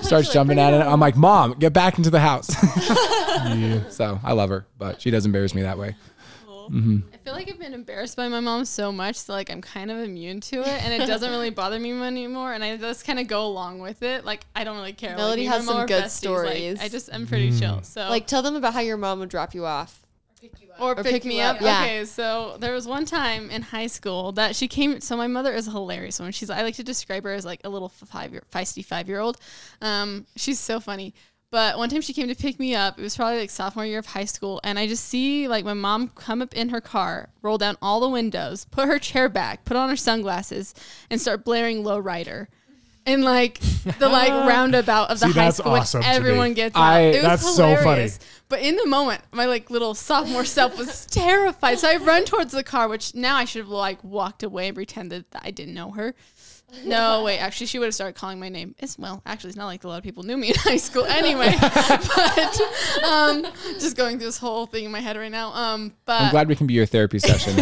Speaker 2: starts jumping at it. I'm like, Mom, get back into the house. So I love her, but she does embarrass me that way.
Speaker 5: I feel like I've been embarrassed by my mom so much that like I'm kind of immune to it, and it doesn't really bother me anymore. And I just kind of go along with it. Like I don't really care. Like,
Speaker 3: Melody
Speaker 5: me and
Speaker 3: has
Speaker 5: my
Speaker 3: some
Speaker 5: mom are
Speaker 3: good
Speaker 5: besties. Like,
Speaker 3: stories.
Speaker 5: I just I'm pretty chill. So
Speaker 3: Like tell them about how your mom would drop you off.
Speaker 5: or, pick,
Speaker 3: pick
Speaker 5: me
Speaker 3: you
Speaker 5: up.
Speaker 3: up. Yeah.
Speaker 5: Okay, so there was one time in high school that she came. So my mother is a hilarious one. She's I like to describe her as like a little five year feisty five year old. Um, she's so funny. But one time she came to pick me up. It was probably like sophomore year of high school, and I just see like my mom come up in her car, roll down all the windows, put her chair back, put on her sunglasses, and start blaring "Low Rider," and like the like roundabout of the
Speaker 1: See,
Speaker 5: high
Speaker 1: that's
Speaker 5: school when
Speaker 1: awesome to me.
Speaker 5: everyone gets out.
Speaker 2: I-
Speaker 5: It was
Speaker 1: That's so funny.
Speaker 5: hilarious. But in the moment, my like little sophomore self was terrified. So I run towards the car, which now I should have like walked away and pretended that I didn't know her. No, wait, actually she would have started calling my name. It's well, actually it's not like a lot of people knew me in high school anyway. but um just going through this whole thing in my head right now. Um but
Speaker 2: I'm glad we can be your therapy session.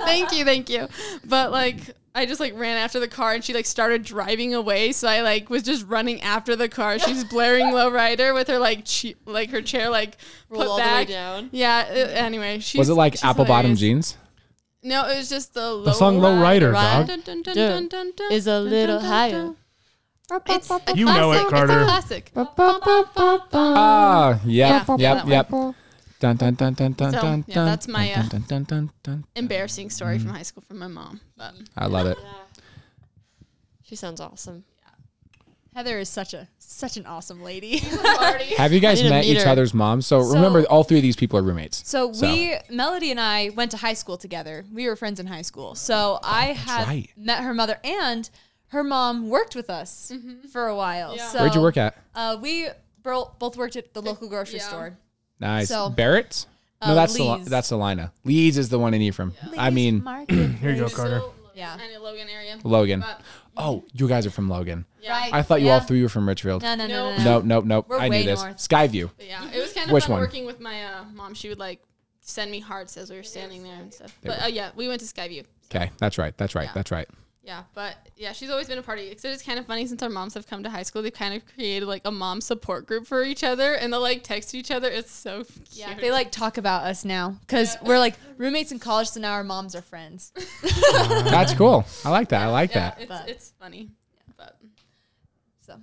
Speaker 5: thank you, thank you. But like, I just like ran after the car, and she like started driving away. So I like was just running after the car. She's blaring "Low Rider" with her like che- like her chair like put
Speaker 3: all the way
Speaker 5: back
Speaker 3: down.
Speaker 5: Yeah. uh, anyway, she's,
Speaker 2: was it like
Speaker 5: she's
Speaker 2: apple bottom
Speaker 5: hilarious.
Speaker 2: jeans?
Speaker 5: No, it was just the,
Speaker 1: The song Low Rider,
Speaker 3: Rider.
Speaker 1: dog.
Speaker 3: Is a little higher.
Speaker 5: It's uh, a
Speaker 1: You know it,
Speaker 5: classic.
Speaker 1: Carter.
Speaker 5: It's a classic.
Speaker 2: Ah, yep,
Speaker 5: Yeah,
Speaker 2: yep,
Speaker 5: that one.
Speaker 2: yep. Dun, dun, dun, dun, dun,
Speaker 5: So,
Speaker 2: dun,
Speaker 5: yeah,
Speaker 2: dun,
Speaker 5: that's my,
Speaker 2: dun,
Speaker 5: uh,
Speaker 2: dun, dun, dun, dun.
Speaker 5: Embarrassing story from high school from my mom. But
Speaker 2: I love it.
Speaker 3: She sounds awesome.
Speaker 4: Heather is such a such an awesome lady.
Speaker 2: Have you guys
Speaker 3: need to
Speaker 2: met
Speaker 3: meet
Speaker 2: each
Speaker 3: her.
Speaker 2: other's moms? So,
Speaker 4: So-
Speaker 2: remember, all three of these people are roommates.
Speaker 4: So, we, Melody and I went to high school together. We were friends in high school. So I have
Speaker 2: right.
Speaker 4: met her mother and her mom worked with us for a while. So
Speaker 2: Where'd you work at?
Speaker 4: Uh, we bro- both worked at the local grocery
Speaker 5: yeah.
Speaker 4: store.
Speaker 2: Nice.
Speaker 4: so-
Speaker 2: Barrett? No,
Speaker 4: Uh,
Speaker 2: that's Sel-
Speaker 4: Lee's.
Speaker 2: that's Salina. Leeds is the one in Ephraim. I mean,
Speaker 1: Here you go, Carter.
Speaker 4: Yeah.
Speaker 5: And in Logan area.
Speaker 2: Logan.
Speaker 5: But-
Speaker 2: Oh, you guys are from Logan.
Speaker 4: Right.
Speaker 2: I thought you
Speaker 4: yeah.
Speaker 2: all three were from Richfield.
Speaker 4: No, no, no, no. no.
Speaker 2: Nope, nope, nope.
Speaker 4: We're
Speaker 2: I knew
Speaker 4: way
Speaker 2: this.
Speaker 4: north.
Speaker 2: Skyview.
Speaker 5: But yeah, it was kind of
Speaker 2: Which
Speaker 5: fun
Speaker 2: one?
Speaker 5: working with my uh, mom. She would like send me hearts as we were standing there and stuff. But oh yeah, we went to Skyview.
Speaker 2: Okay, that's right. That's right. That's right.
Speaker 5: Yeah, but yeah, she's always been a party. Except it's kind of funny since our moms have come to high school, they've kind of created like a mom support group for each other, and they'll like text each other. It's so cute.
Speaker 4: Yeah, they like talk about us now because we're like roommates in college, so now our moms are friends.
Speaker 2: That's cool. I like that. I like
Speaker 5: yeah,
Speaker 2: that.
Speaker 5: it's,
Speaker 4: But-
Speaker 5: it's funny. But
Speaker 4: So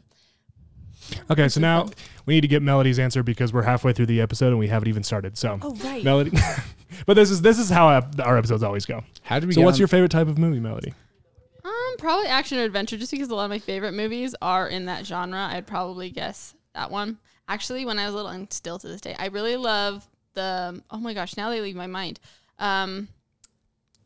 Speaker 1: Okay, so now we need to get Melody's answer because we're halfway through the episode and we haven't even started. So,
Speaker 4: Oh, right.
Speaker 1: Melody. but this is this is how ep- our episodes always go.
Speaker 2: How did we
Speaker 1: So,
Speaker 2: get
Speaker 1: what's
Speaker 2: on-
Speaker 1: your favorite type of movie, Melody?
Speaker 5: um, probably action or adventure, just because a lot of my favorite movies are in that genre. I'd probably guess that one. Actually, when I was little, and still to this day, I really love the. Oh my gosh, now they leave my mind. Um,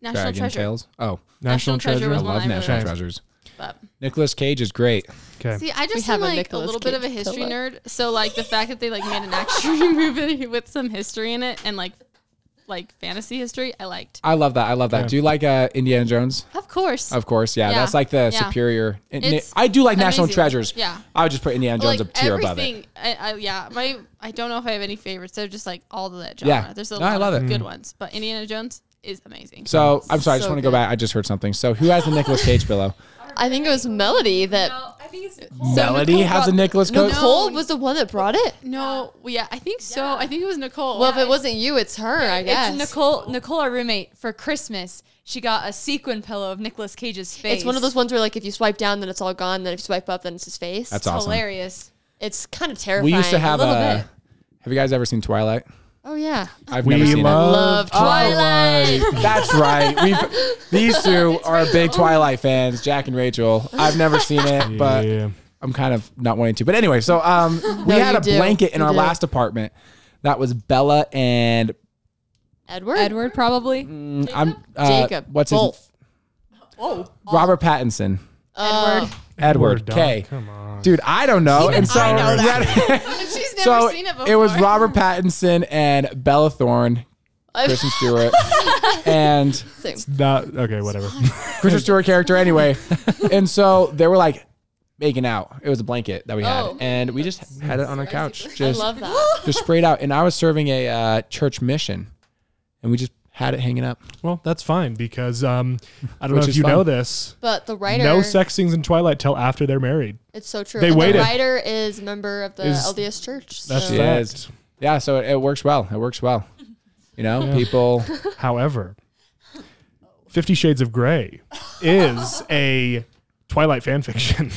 Speaker 5: National
Speaker 2: Dragon
Speaker 5: Treasure.
Speaker 2: Tales. Oh,
Speaker 5: National Treasure
Speaker 2: I
Speaker 5: was one
Speaker 2: love
Speaker 5: I really
Speaker 2: National
Speaker 1: liked.
Speaker 2: Treasures.
Speaker 5: But
Speaker 2: Nicolas Cage is great.
Speaker 1: Okay.
Speaker 5: see, I just
Speaker 3: have
Speaker 5: am
Speaker 3: a
Speaker 5: like a,
Speaker 3: Nicolas
Speaker 5: little bit of a
Speaker 3: Cage
Speaker 5: history
Speaker 3: pillow.
Speaker 5: nerd. So like the fact that they like made an action movie with some history in it and like like fantasy history, I liked.
Speaker 2: I love that. I love that.
Speaker 1: Yeah.
Speaker 2: Do you like uh, Indiana Jones?
Speaker 5: Of course.
Speaker 2: Of course, yeah.
Speaker 5: Yeah.
Speaker 2: That's like the
Speaker 5: Yeah.
Speaker 2: superior. and Ni-
Speaker 5: It's
Speaker 2: I do like National
Speaker 5: amazing.
Speaker 2: Treasures.
Speaker 5: Yeah.
Speaker 2: I would just put Indiana Jones a tier above it.
Speaker 5: I, I, yeah, my I don't know if I have any favorites. They're just like all of that genre.
Speaker 2: Yeah.
Speaker 5: There's a
Speaker 2: No,
Speaker 5: lot
Speaker 2: I love
Speaker 5: of
Speaker 2: it. Mm.
Speaker 5: good ones, but Indiana Jones is amazing.
Speaker 2: So I'm sorry. I just
Speaker 3: So
Speaker 2: want to go
Speaker 3: good.
Speaker 2: back. I just heard something. So who has the Nicolas Cage pillow?
Speaker 3: I think it was Melody that
Speaker 4: No, I think it's
Speaker 2: Melody has a Nicolas Cage.
Speaker 3: Nicole was the one that brought it.
Speaker 5: no, well, yeah, I think so. I think it was Nicole.
Speaker 3: Well, if it wasn't you, it's her. I guess
Speaker 4: It's Nicole, Nicole, our roommate, for Christmas. She got a sequin pillow of Nicolas Cage's face.
Speaker 3: It's one of those ones where like if you swipe down, then it's all gone. Then if you swipe up, then it's his face.
Speaker 2: That's
Speaker 4: It's
Speaker 2: awesome.
Speaker 4: hilarious.
Speaker 3: It's kind of terrifying.
Speaker 2: We used to have a.
Speaker 4: little bit.
Speaker 2: Have you guys ever seen Twilight?
Speaker 3: Oh yeah.
Speaker 2: I've never
Speaker 1: We
Speaker 2: seen
Speaker 1: love
Speaker 3: Love
Speaker 2: Twilight.
Speaker 3: Twilight.
Speaker 2: That's right. We've, these two are big Twilight fans, Jack and Rachel. I've never seen it, but
Speaker 1: Yeah.
Speaker 2: I'm kind of not wanting to. But anyway, so um, we
Speaker 3: No,
Speaker 2: had
Speaker 3: you
Speaker 2: a
Speaker 3: do.
Speaker 2: blanket in
Speaker 3: You
Speaker 2: our
Speaker 3: do.
Speaker 2: last apartment that was Bella and
Speaker 3: Edward.
Speaker 4: Edward, probably.
Speaker 2: I'm uh,
Speaker 3: Jacob.
Speaker 2: What's his
Speaker 3: Both.
Speaker 2: Robert Pattinson.
Speaker 3: Uh,
Speaker 4: Edward.
Speaker 2: Edward.
Speaker 1: Don,
Speaker 2: K.
Speaker 1: Come on.
Speaker 2: Dude, I don't know. and so
Speaker 5: she's never
Speaker 2: so
Speaker 5: seen it
Speaker 2: it,
Speaker 5: before.
Speaker 2: was Robert Pattinson and Bella Thorne, Kristen Stewart, and
Speaker 3: Same.
Speaker 1: Not okay. Whatever.
Speaker 2: Kristen Stewart character anyway. And so they were like making out. It was a blanket that we had,
Speaker 3: Oh.
Speaker 2: and we just had it on our couch,
Speaker 3: I
Speaker 2: just
Speaker 3: love that.
Speaker 2: just sprayed out. And I was serving a uh, church mission, and we just had it hanging up.
Speaker 1: well, that's fine because um, I don't
Speaker 2: Which
Speaker 1: know if
Speaker 2: is
Speaker 1: you know
Speaker 2: fun.
Speaker 1: this.
Speaker 3: But the writer.
Speaker 1: No sex scenes in Twilight till after they're married.
Speaker 3: It's so true.
Speaker 1: They
Speaker 3: and
Speaker 1: waited.
Speaker 3: The writer is a member of the
Speaker 1: Is-
Speaker 3: LDS Church.
Speaker 1: That's
Speaker 3: so-
Speaker 2: Yeah.
Speaker 1: fact.
Speaker 2: Yes. Yeah, so it, it works well. It works well. You know, people.
Speaker 1: However, Fifty Shades of Grey is a Twilight fan fiction.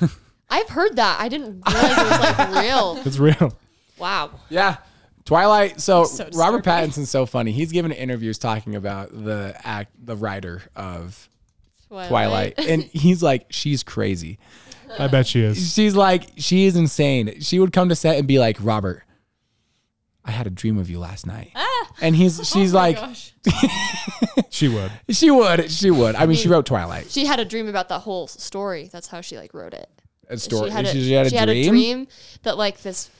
Speaker 3: I've heard that. I didn't realize it was like real.
Speaker 1: it's real.
Speaker 3: Wow.
Speaker 2: Yeah. Twilight. So,
Speaker 4: so
Speaker 2: Robert Pattinson's so funny. He's given interviews talking about the act, the writer of Twilight, and he's like, she's crazy.
Speaker 1: I bet she is.
Speaker 2: She's like, she is insane. She would come to set and be like, Robert, I had a dream of you last night,
Speaker 3: Ah.
Speaker 2: and
Speaker 3: Oh
Speaker 2: he's she's like,
Speaker 1: She would.
Speaker 2: she would, she would. I mean, she wrote Twilight.
Speaker 3: She had a dream about that whole story. That's how she like wrote it.
Speaker 2: A story.
Speaker 3: She had a,
Speaker 2: she had a
Speaker 3: she had a dream that like this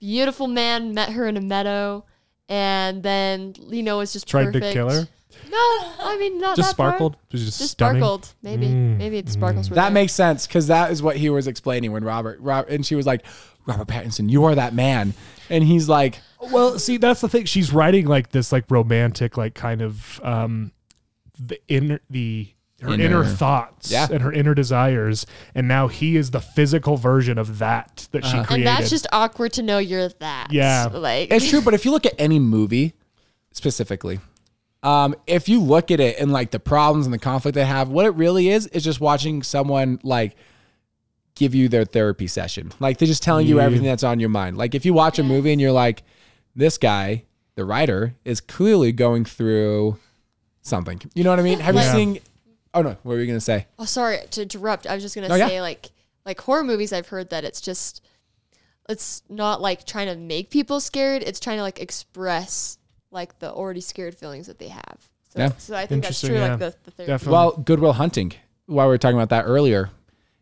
Speaker 3: beautiful man met her in a meadow, and then you know it's just
Speaker 1: Tried
Speaker 3: perfect.
Speaker 1: to kill her.
Speaker 3: No, I mean not
Speaker 1: Just
Speaker 3: that far.
Speaker 1: sparkled. It was just,
Speaker 3: Just
Speaker 1: stunning. Mm,
Speaker 3: sparkled. Maybe maybe the sparkles were
Speaker 2: That
Speaker 3: there.
Speaker 2: makes sense because that is what he was explaining when Robert, Rob, and she was like, Robert Pattinson, you are that man. And he's like,
Speaker 1: Well, see, that's the thing. She's writing like this, like romantic, like kind of um, the inner the her inner,
Speaker 2: Inner.
Speaker 1: thoughts
Speaker 2: Yeah.
Speaker 1: and her inner desires, and now he is the physical version of that Uh-huh. that she
Speaker 3: and
Speaker 1: created.
Speaker 3: that's just awkward to know you're that.
Speaker 1: Yeah.
Speaker 3: like
Speaker 2: it's true, but if you look at any movie specifically, um, if you look at it and like the problems and the conflict they have, what it really is is just watching someone like give you their therapy session. Like they're just telling you
Speaker 1: Yeah.
Speaker 2: everything that's on your mind. Like if you watch a movie and you're like, this guy, the writer, is clearly going through something. You know what I mean? Have
Speaker 1: Yeah.
Speaker 2: you seen? Oh no, what were you gonna say?
Speaker 3: Oh, sorry to interrupt. I was just gonna
Speaker 2: No, Oh, yeah.
Speaker 3: say like like horror movies. I've heard that it's just it's not like trying to make people scared. It's trying to like express like the already scared feelings that they have. So,
Speaker 2: Yeah.
Speaker 3: so I think that's
Speaker 1: Interesting,
Speaker 3: true.
Speaker 1: yeah.
Speaker 3: Like the, the therapy.
Speaker 1: Definitely.
Speaker 2: Well, Goodwill Hunting. While we were talking about that earlier,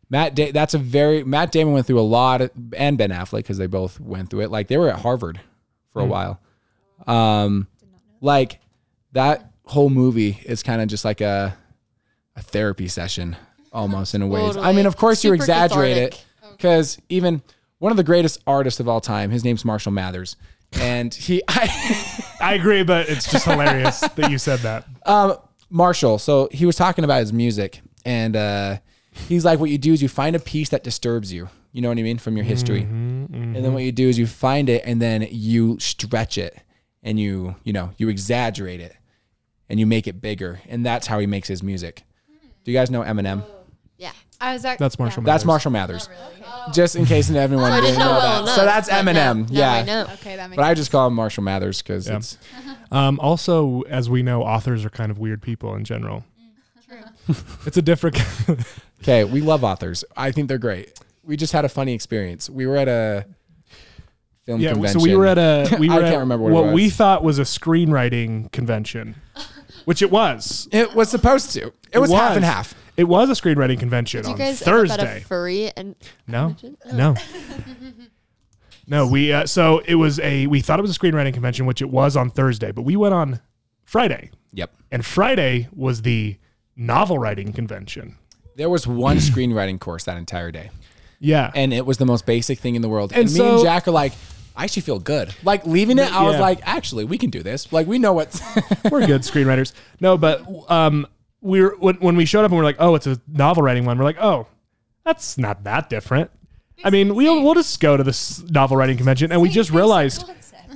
Speaker 2: Matt. Da- that's a very Matt Damon went through a lot, of- and Ben Affleck because they both went through it. Like they were at Harvard for a while. Um, like that whole movie is kind of just like a a therapy session almost in a way. I
Speaker 3: Totally.
Speaker 2: mean, of course you
Speaker 3: Super
Speaker 2: exaggerate it
Speaker 3: cathartic.
Speaker 2: because even one of the greatest artists of all time, his name's Marshall Mathers, and he. I,
Speaker 1: I agree, but it's just hilarious that you said that.
Speaker 2: um, Marshall. So he was talking about his music, and uh, he's like, "What you do is you find a piece that disturbs you. You know what I mean from your history, and then what you do is you find it, and then you stretch it, and you you know you exaggerate it, and you make it bigger, and that's how he makes his music. Do you guys know Eminem?
Speaker 3: Yeah.
Speaker 4: I was at,
Speaker 1: That's Marshall.
Speaker 2: That's Marshall Mathers. Just in case everyone
Speaker 3: Oh, I
Speaker 2: didn't
Speaker 3: didn't know
Speaker 2: know
Speaker 3: well
Speaker 2: that. So
Speaker 3: enough,
Speaker 2: that's
Speaker 3: but now-
Speaker 2: Eminem.
Speaker 3: now
Speaker 2: yeah.
Speaker 3: I know.
Speaker 4: Okay, that makes
Speaker 2: But I just call him Marshall Mathers because
Speaker 1: Yeah.
Speaker 2: it's
Speaker 1: Um, also, as we know, authors are kind of weird people in general.
Speaker 3: Mm,
Speaker 1: it's a different.
Speaker 2: Okay, we love authors. I think they're great. We just had a funny experience. We were at a film
Speaker 1: yeah.
Speaker 2: convention.
Speaker 1: So we were at a. We
Speaker 2: I
Speaker 1: were
Speaker 2: can't
Speaker 1: at
Speaker 2: remember what it was.
Speaker 1: we thought was a screenwriting convention. which it was.
Speaker 2: It was supposed to. It, was, half and half.
Speaker 1: It was a screenwriting convention
Speaker 3: Did you
Speaker 1: on
Speaker 3: guys end up at a
Speaker 1: Thursday.
Speaker 3: furry and
Speaker 1: No,
Speaker 3: convention?
Speaker 1: no, no. We uh, so it was a we thought it was a screenwriting convention, which it was on Thursday, but we went on Friday,
Speaker 2: Yep.
Speaker 1: and Friday was the novel writing convention.
Speaker 2: There was one screenwriting course that entire day,
Speaker 1: Yeah,
Speaker 2: and it was the most basic thing in the world. And,
Speaker 1: And
Speaker 2: me and
Speaker 1: so-
Speaker 2: Jack are like, I actually feel good. Like leaving it, I was
Speaker 1: Yeah.
Speaker 2: like, actually, we can do this. Like we know what's.
Speaker 1: we're good screenwriters. No, but um, we were when, when we showed up and we're like, oh, it's a novel writing one. We're like, oh, that's not that different. I mean, we'll we'll just go to this novel writing convention, and we just realized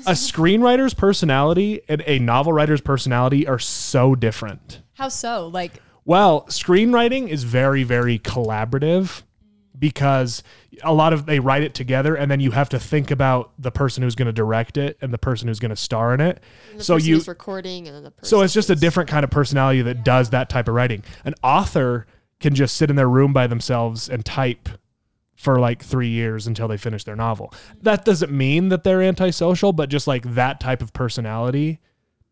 Speaker 1: a screenwriter's personality and a novel writer's personality are so different.
Speaker 4: How so? Like,
Speaker 1: Well, screenwriting is very, very collaborative because a lot of they write it together and then you have to think about the person who's going to direct it and the person who's going to star in it.
Speaker 3: And the
Speaker 1: so
Speaker 3: person
Speaker 1: you
Speaker 3: who's recording and then the person
Speaker 1: so it's just a
Speaker 3: who's-
Speaker 1: different kind of personality that does that type of writing. An author can just sit in their room by themselves and type for like three years until they finish their novel. That doesn't mean that they're antisocial, but just like that type of personality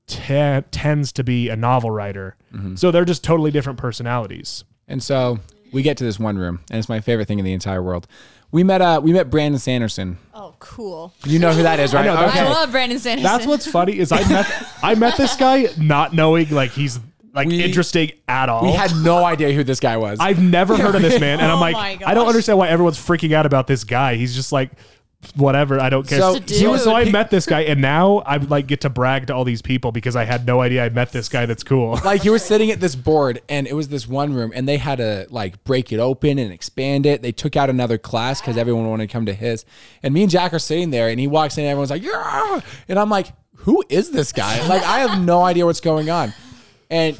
Speaker 1: te- tends to be a novel writer.
Speaker 2: Mm-hmm.
Speaker 1: So they're just totally different personalities.
Speaker 2: And so we get to this one room, and it's my favorite thing in the entire world. We met uh we met Brandon Sanderson.
Speaker 4: oh, cool.
Speaker 2: You know who that is, right?
Speaker 1: know, that's-
Speaker 4: I
Speaker 1: Okay.
Speaker 4: love Brandon Sanderson.
Speaker 1: That's what's funny is I met I met this guy not knowing like he's like
Speaker 2: We-
Speaker 1: interesting at all.
Speaker 2: We had no idea who this guy was.
Speaker 1: I've never heard of this man, and I'm
Speaker 4: Oh
Speaker 1: like,
Speaker 4: my
Speaker 1: I don't
Speaker 4: gosh.
Speaker 1: understand why everyone's freaking out about this guy. He's just like, whatever, I don't care.
Speaker 2: So-
Speaker 1: So,
Speaker 2: Just
Speaker 3: a dude.
Speaker 1: so I met this guy, and now I like get to brag to all these people because I had no idea I met this guy. That's cool.
Speaker 2: like he was sitting at this board and it was this one room and they had to like break it open and expand it they took out another class because everyone wanted to come to his and me and jack are sitting there and he walks in and everyone's like yeah and i'm like who is this guy like i have no idea what's going on and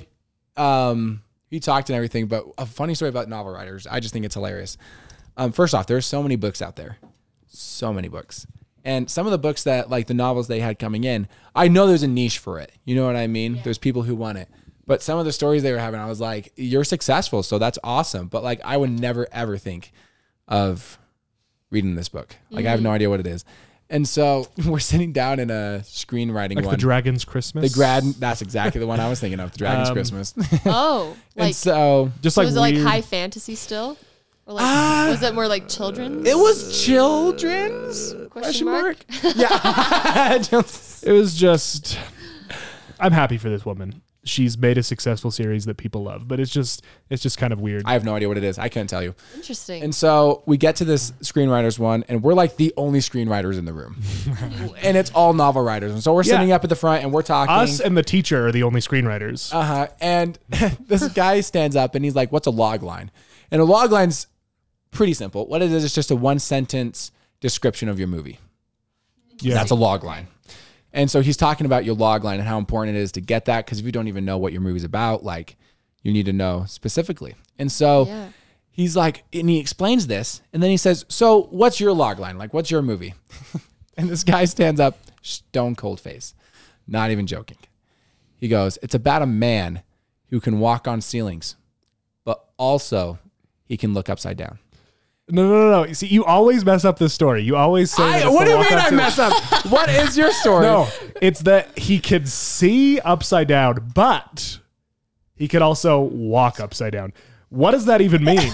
Speaker 2: um he talked and everything but a funny story about novel writers i just think it's hilarious um first off there's so many books out there so many books. And some of the books that like the novels they had coming in, I know there's a niche for it. You know what I mean? There's people who want it. But some of the stories they were having, I was like, you're successful, so that's awesome. But like I would never ever think of reading this book. Like I have
Speaker 3: Mm-hmm.
Speaker 2: no idea what it is. And so we're sitting down in a screenwriting
Speaker 1: Like
Speaker 2: one.
Speaker 1: the Dragon's Christmas.
Speaker 2: the grad that's exactly the one I was thinking of, the Dragon's
Speaker 1: Um,
Speaker 2: Christmas.
Speaker 3: Oh,
Speaker 2: and
Speaker 3: like
Speaker 2: so
Speaker 1: Just
Speaker 3: so
Speaker 1: like
Speaker 3: was it like
Speaker 1: weird- Ah.
Speaker 3: high fantasy still? Or like was it more like children?
Speaker 2: it was children's question
Speaker 3: Question
Speaker 2: mark.
Speaker 3: mark?
Speaker 2: yeah. Just-
Speaker 1: It was just. I'm happy for this woman. She's made a successful series that people love, but it's just it's just kind of weird.
Speaker 2: I have no idea what it is. I couldn't tell you.
Speaker 3: Interesting.
Speaker 2: And so we get to this screenwriters one, and we're like the only screenwriters in the room, and it's all novel writers. And so we're
Speaker 1: Yeah.
Speaker 2: sitting up at the front and we're talking.
Speaker 1: Us and the teacher are the only screenwriters.
Speaker 2: uh huh. And this guy stands up and he's like, "What's a log line?" And a log line's pretty simple. What it is, it's just a one sentence description of your movie.
Speaker 1: yeah,
Speaker 2: That's a log line. And so he's talking about your log line and how important it is to get that because if you don't even know what your movie's about, like you need to know specifically. And so
Speaker 3: Yeah.
Speaker 2: he's like, and he explains this, and then he says, So what's your log line? Like, what's your movie? and this guy stands up, stone cold face, not even joking. He goes, It's about a man who can walk on ceilings, but also he can look upside down.
Speaker 1: no, no, no, no. See, you always mess up this story. You always say, that it's
Speaker 2: I, what
Speaker 1: the
Speaker 2: do you
Speaker 1: walk
Speaker 2: mean
Speaker 1: on
Speaker 2: I
Speaker 1: stage.
Speaker 2: mess up? What is your story?
Speaker 1: No, it's that he can see upside down, but he could also walk upside down. What does that even mean?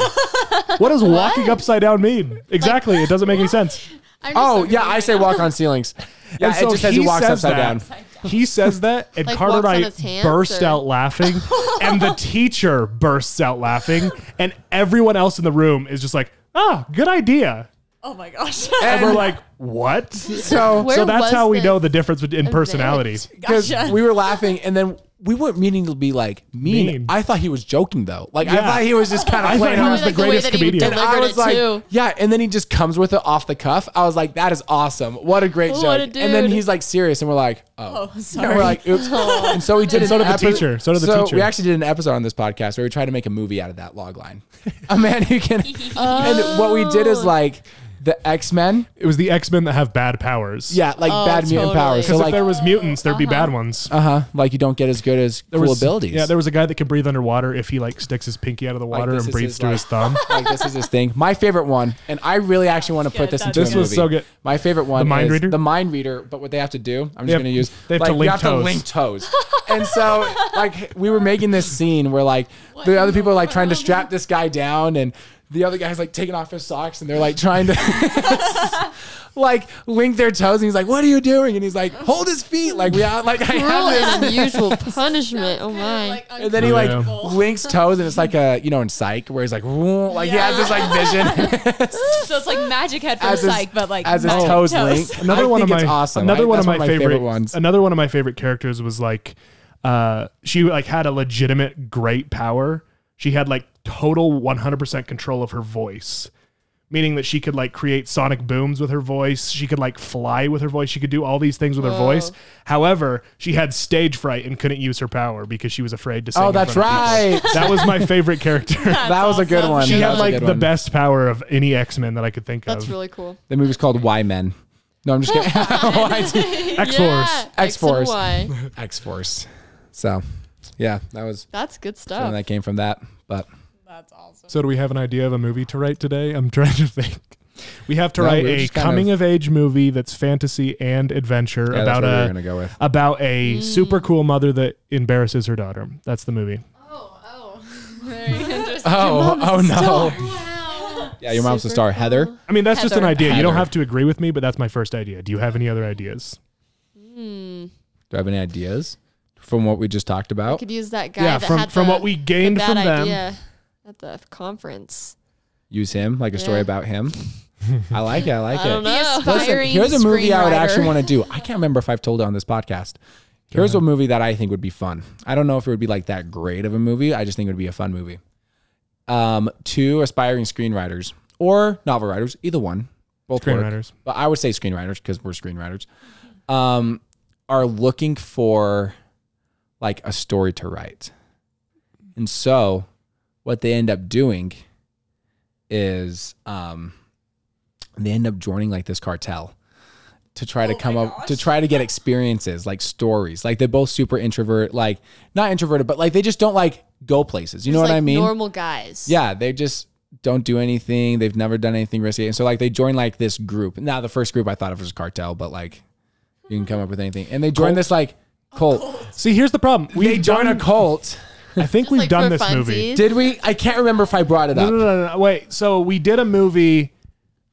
Speaker 1: what does walking upside down mean? Exactly, it doesn't make any sense.
Speaker 5: I'm just so
Speaker 2: Oh yeah,
Speaker 5: confused
Speaker 2: I
Speaker 5: right
Speaker 2: say
Speaker 5: now.
Speaker 2: walk on ceilings. Yeah,
Speaker 1: And
Speaker 2: it just says he walks upside down.
Speaker 1: down. He says that, and
Speaker 3: Like
Speaker 1: Carter and
Speaker 3: walks on
Speaker 1: I
Speaker 3: his hands,
Speaker 1: burst
Speaker 3: or-
Speaker 1: out laughing, and the teacher bursts out laughing, and everyone else in the room is just like, "Ah, good idea,"
Speaker 4: Oh my gosh.
Speaker 1: and we're like, "What?"
Speaker 2: So
Speaker 3: Where
Speaker 1: so that's
Speaker 3: was
Speaker 1: how we
Speaker 3: this
Speaker 1: know the difference in personality.
Speaker 2: because
Speaker 4: Gotcha.
Speaker 2: we were laughing, and then we weren't meaning to be like mean.
Speaker 1: Mean.
Speaker 2: I thought he was joking though. Like I
Speaker 1: Yeah.
Speaker 2: thought he was just kind
Speaker 1: I
Speaker 2: of
Speaker 1: thought
Speaker 2: playing.
Speaker 1: he
Speaker 2: around.
Speaker 1: was the
Speaker 3: Probably like the way
Speaker 1: greatest
Speaker 3: that he
Speaker 1: comedian.
Speaker 2: and I
Speaker 3: delivered
Speaker 2: was
Speaker 3: it,
Speaker 2: like,
Speaker 3: too.
Speaker 2: yeah, and then he just comes with it off the cuff. I was like, that is awesome. What a great
Speaker 3: What
Speaker 2: joke.
Speaker 3: a
Speaker 2: And then
Speaker 3: dude. Oh.
Speaker 2: he's like serious, and we're like, oh.
Speaker 4: oh,
Speaker 2: And
Speaker 4: sorry.
Speaker 2: we're like, oops. And so we did.
Speaker 1: And so
Speaker 2: an
Speaker 1: did the
Speaker 2: epi-
Speaker 1: teacher. So did the teacher.
Speaker 2: We actually did an episode on this podcast where we tried to make a movie out of that log line. a man who can. and what we did is like, the X Men.
Speaker 1: It was the X Men that have bad powers.
Speaker 2: Yeah, like
Speaker 3: Oh,
Speaker 2: bad mutant
Speaker 3: totally.
Speaker 2: powers. So
Speaker 1: Because if
Speaker 2: like,
Speaker 1: there was mutants, there'd be
Speaker 3: Uh-huh.
Speaker 1: bad ones.
Speaker 2: uh huh, like you don't get as good as
Speaker 1: There
Speaker 2: cool
Speaker 1: was-
Speaker 2: abilities.
Speaker 1: Yeah, there was a guy that could breathe underwater if he like sticks his pinky out of the
Speaker 2: Like,
Speaker 1: water
Speaker 2: this
Speaker 1: and
Speaker 2: is
Speaker 1: breathes
Speaker 2: his,
Speaker 1: through
Speaker 2: like-
Speaker 1: his thumb.
Speaker 2: like this is his thing. My favorite one, and I really actually want to put
Speaker 4: good,
Speaker 2: this
Speaker 4: that's
Speaker 2: into a
Speaker 1: this was
Speaker 2: movie.
Speaker 1: so good.
Speaker 2: My favorite one,
Speaker 1: mind
Speaker 2: is
Speaker 1: reader?
Speaker 2: the mind reader. But what they have to do, I'm
Speaker 1: They
Speaker 2: just
Speaker 1: have-
Speaker 2: going to use.
Speaker 1: they have to
Speaker 2: like, you
Speaker 1: link
Speaker 2: have
Speaker 1: toes.
Speaker 2: to link toes. and so, like, we were making this scene where like the other people are like trying to strap this guy down, and the other guy's like taking off his socks, and they're like trying to. Like link their toes, and he's like, "What are you doing?" And he's like, "Hold his feet." Like we, out- like I
Speaker 3: Cruel
Speaker 2: have this
Speaker 3: and unusual punishment. Oh my.
Speaker 2: and then he like
Speaker 1: Yeah.
Speaker 2: links toes, and it's like a you know in Psych where he's like, "Woo," like he has this like vision.
Speaker 4: So it's like magic head from
Speaker 2: As his-
Speaker 4: Psych, but like
Speaker 2: as his
Speaker 4: magic
Speaker 2: toes link.
Speaker 1: another
Speaker 2: I
Speaker 1: one
Speaker 2: think
Speaker 1: of my
Speaker 2: it's awesome.
Speaker 1: another
Speaker 2: I-
Speaker 1: one
Speaker 2: that's
Speaker 1: of my, favorite,
Speaker 2: ones.
Speaker 1: Another one of my favorite characters was like, uh, she like had a legitimate great power. She had like total 100% control of her voice, meaning that she could like create sonic booms with her voice. She could like fly with her voice. She could do all these things with her
Speaker 3: Whoa.
Speaker 1: voice. However, she had stage fright and couldn't use her power because she was afraid to sing.
Speaker 2: Oh,
Speaker 1: in
Speaker 2: that's
Speaker 1: front of people.
Speaker 2: right.
Speaker 1: That was my favorite character.
Speaker 2: that was a good one.
Speaker 1: she
Speaker 2: That
Speaker 1: had
Speaker 2: was a
Speaker 1: like
Speaker 2: good
Speaker 1: the
Speaker 2: one.
Speaker 1: best power of any X Men that I could think
Speaker 3: That's
Speaker 1: of.
Speaker 3: really cool.
Speaker 2: The movie's called Why Men. No, I'm just kidding.
Speaker 1: X Force.
Speaker 2: X-Force.
Speaker 3: and Y.
Speaker 2: X Force. So, yeah, that was
Speaker 3: That's good
Speaker 4: Oh.
Speaker 2: something
Speaker 3: stuff.
Speaker 2: that came from that. But
Speaker 4: That's awesome.
Speaker 1: So do we have an idea of a movie to write today? I'm trying to think. We have to
Speaker 2: No,
Speaker 1: write
Speaker 2: we're
Speaker 1: a
Speaker 2: just kind
Speaker 1: coming of, age movie that's fantasy and adventure
Speaker 2: yeah, that's
Speaker 1: about uh,
Speaker 2: what we were
Speaker 1: a
Speaker 2: gonna go with.
Speaker 1: about a
Speaker 3: Mm.
Speaker 1: super cool mother that embarrasses her daughter. That's the movie.
Speaker 5: Oh, oh. Very interesting.
Speaker 2: Oh, oh no.
Speaker 5: Wow.
Speaker 2: Yeah, your mom's the star, Heather.
Speaker 1: I mean, that's just an
Speaker 3: Heather.
Speaker 1: idea. You don't
Speaker 2: Heather.
Speaker 1: have to agree with me, but that's my first idea. Do you have any other ideas?
Speaker 3: Hmm.
Speaker 2: Do I have any ideas from what we just talked
Speaker 3: I
Speaker 2: about?
Speaker 3: could use that guy.
Speaker 1: yeah,
Speaker 3: that
Speaker 1: from
Speaker 3: had
Speaker 1: from
Speaker 3: the-
Speaker 1: what we
Speaker 3: the
Speaker 1: gained
Speaker 3: bad
Speaker 1: from them.
Speaker 3: idea at the conference.
Speaker 2: Use him, like a story
Speaker 3: Yeah.
Speaker 2: about him. I like it. I like
Speaker 3: I don't
Speaker 2: it.
Speaker 3: know.
Speaker 4: Be
Speaker 2: Listen,
Speaker 4: Hiring
Speaker 2: here's a movie I would
Speaker 3: screenwriter.
Speaker 2: actually want to do. I can't remember if I've told it on this podcast. Here's a movie that I think would be fun. I don't know if it would be like that great of a movie. I just think it would be a fun movie. Um, two aspiring screenwriters or novel writers, either one, both work.
Speaker 1: Screenwriters.
Speaker 2: But I would say screenwriters because we're screenwriters. Um, are looking for like a story to write, and so what they end up doing is um, they end up joining like this cartel to try to come up to try to get experiences like stories like they're both super introvert like not introverted but like they just don't like go places you know
Speaker 3: Just,
Speaker 2: what
Speaker 3: like
Speaker 2: i mean
Speaker 3: Normal guys.
Speaker 2: yeah they just don't do anything they've never done anything risky and so like they join like this group now the first group i thought of was a cartel but like you can come up with anything and they join
Speaker 1: Cult.
Speaker 2: this like cult,
Speaker 1: See, here's the problem.
Speaker 2: we
Speaker 1: We
Speaker 2: they join a cult
Speaker 1: I think we've
Speaker 3: like
Speaker 1: done
Speaker 3: for
Speaker 1: this movie.
Speaker 3: funsies.
Speaker 2: did we i can't remember if i brought it
Speaker 1: No,
Speaker 2: up
Speaker 1: no, no, no, no. Wait. So we did a movie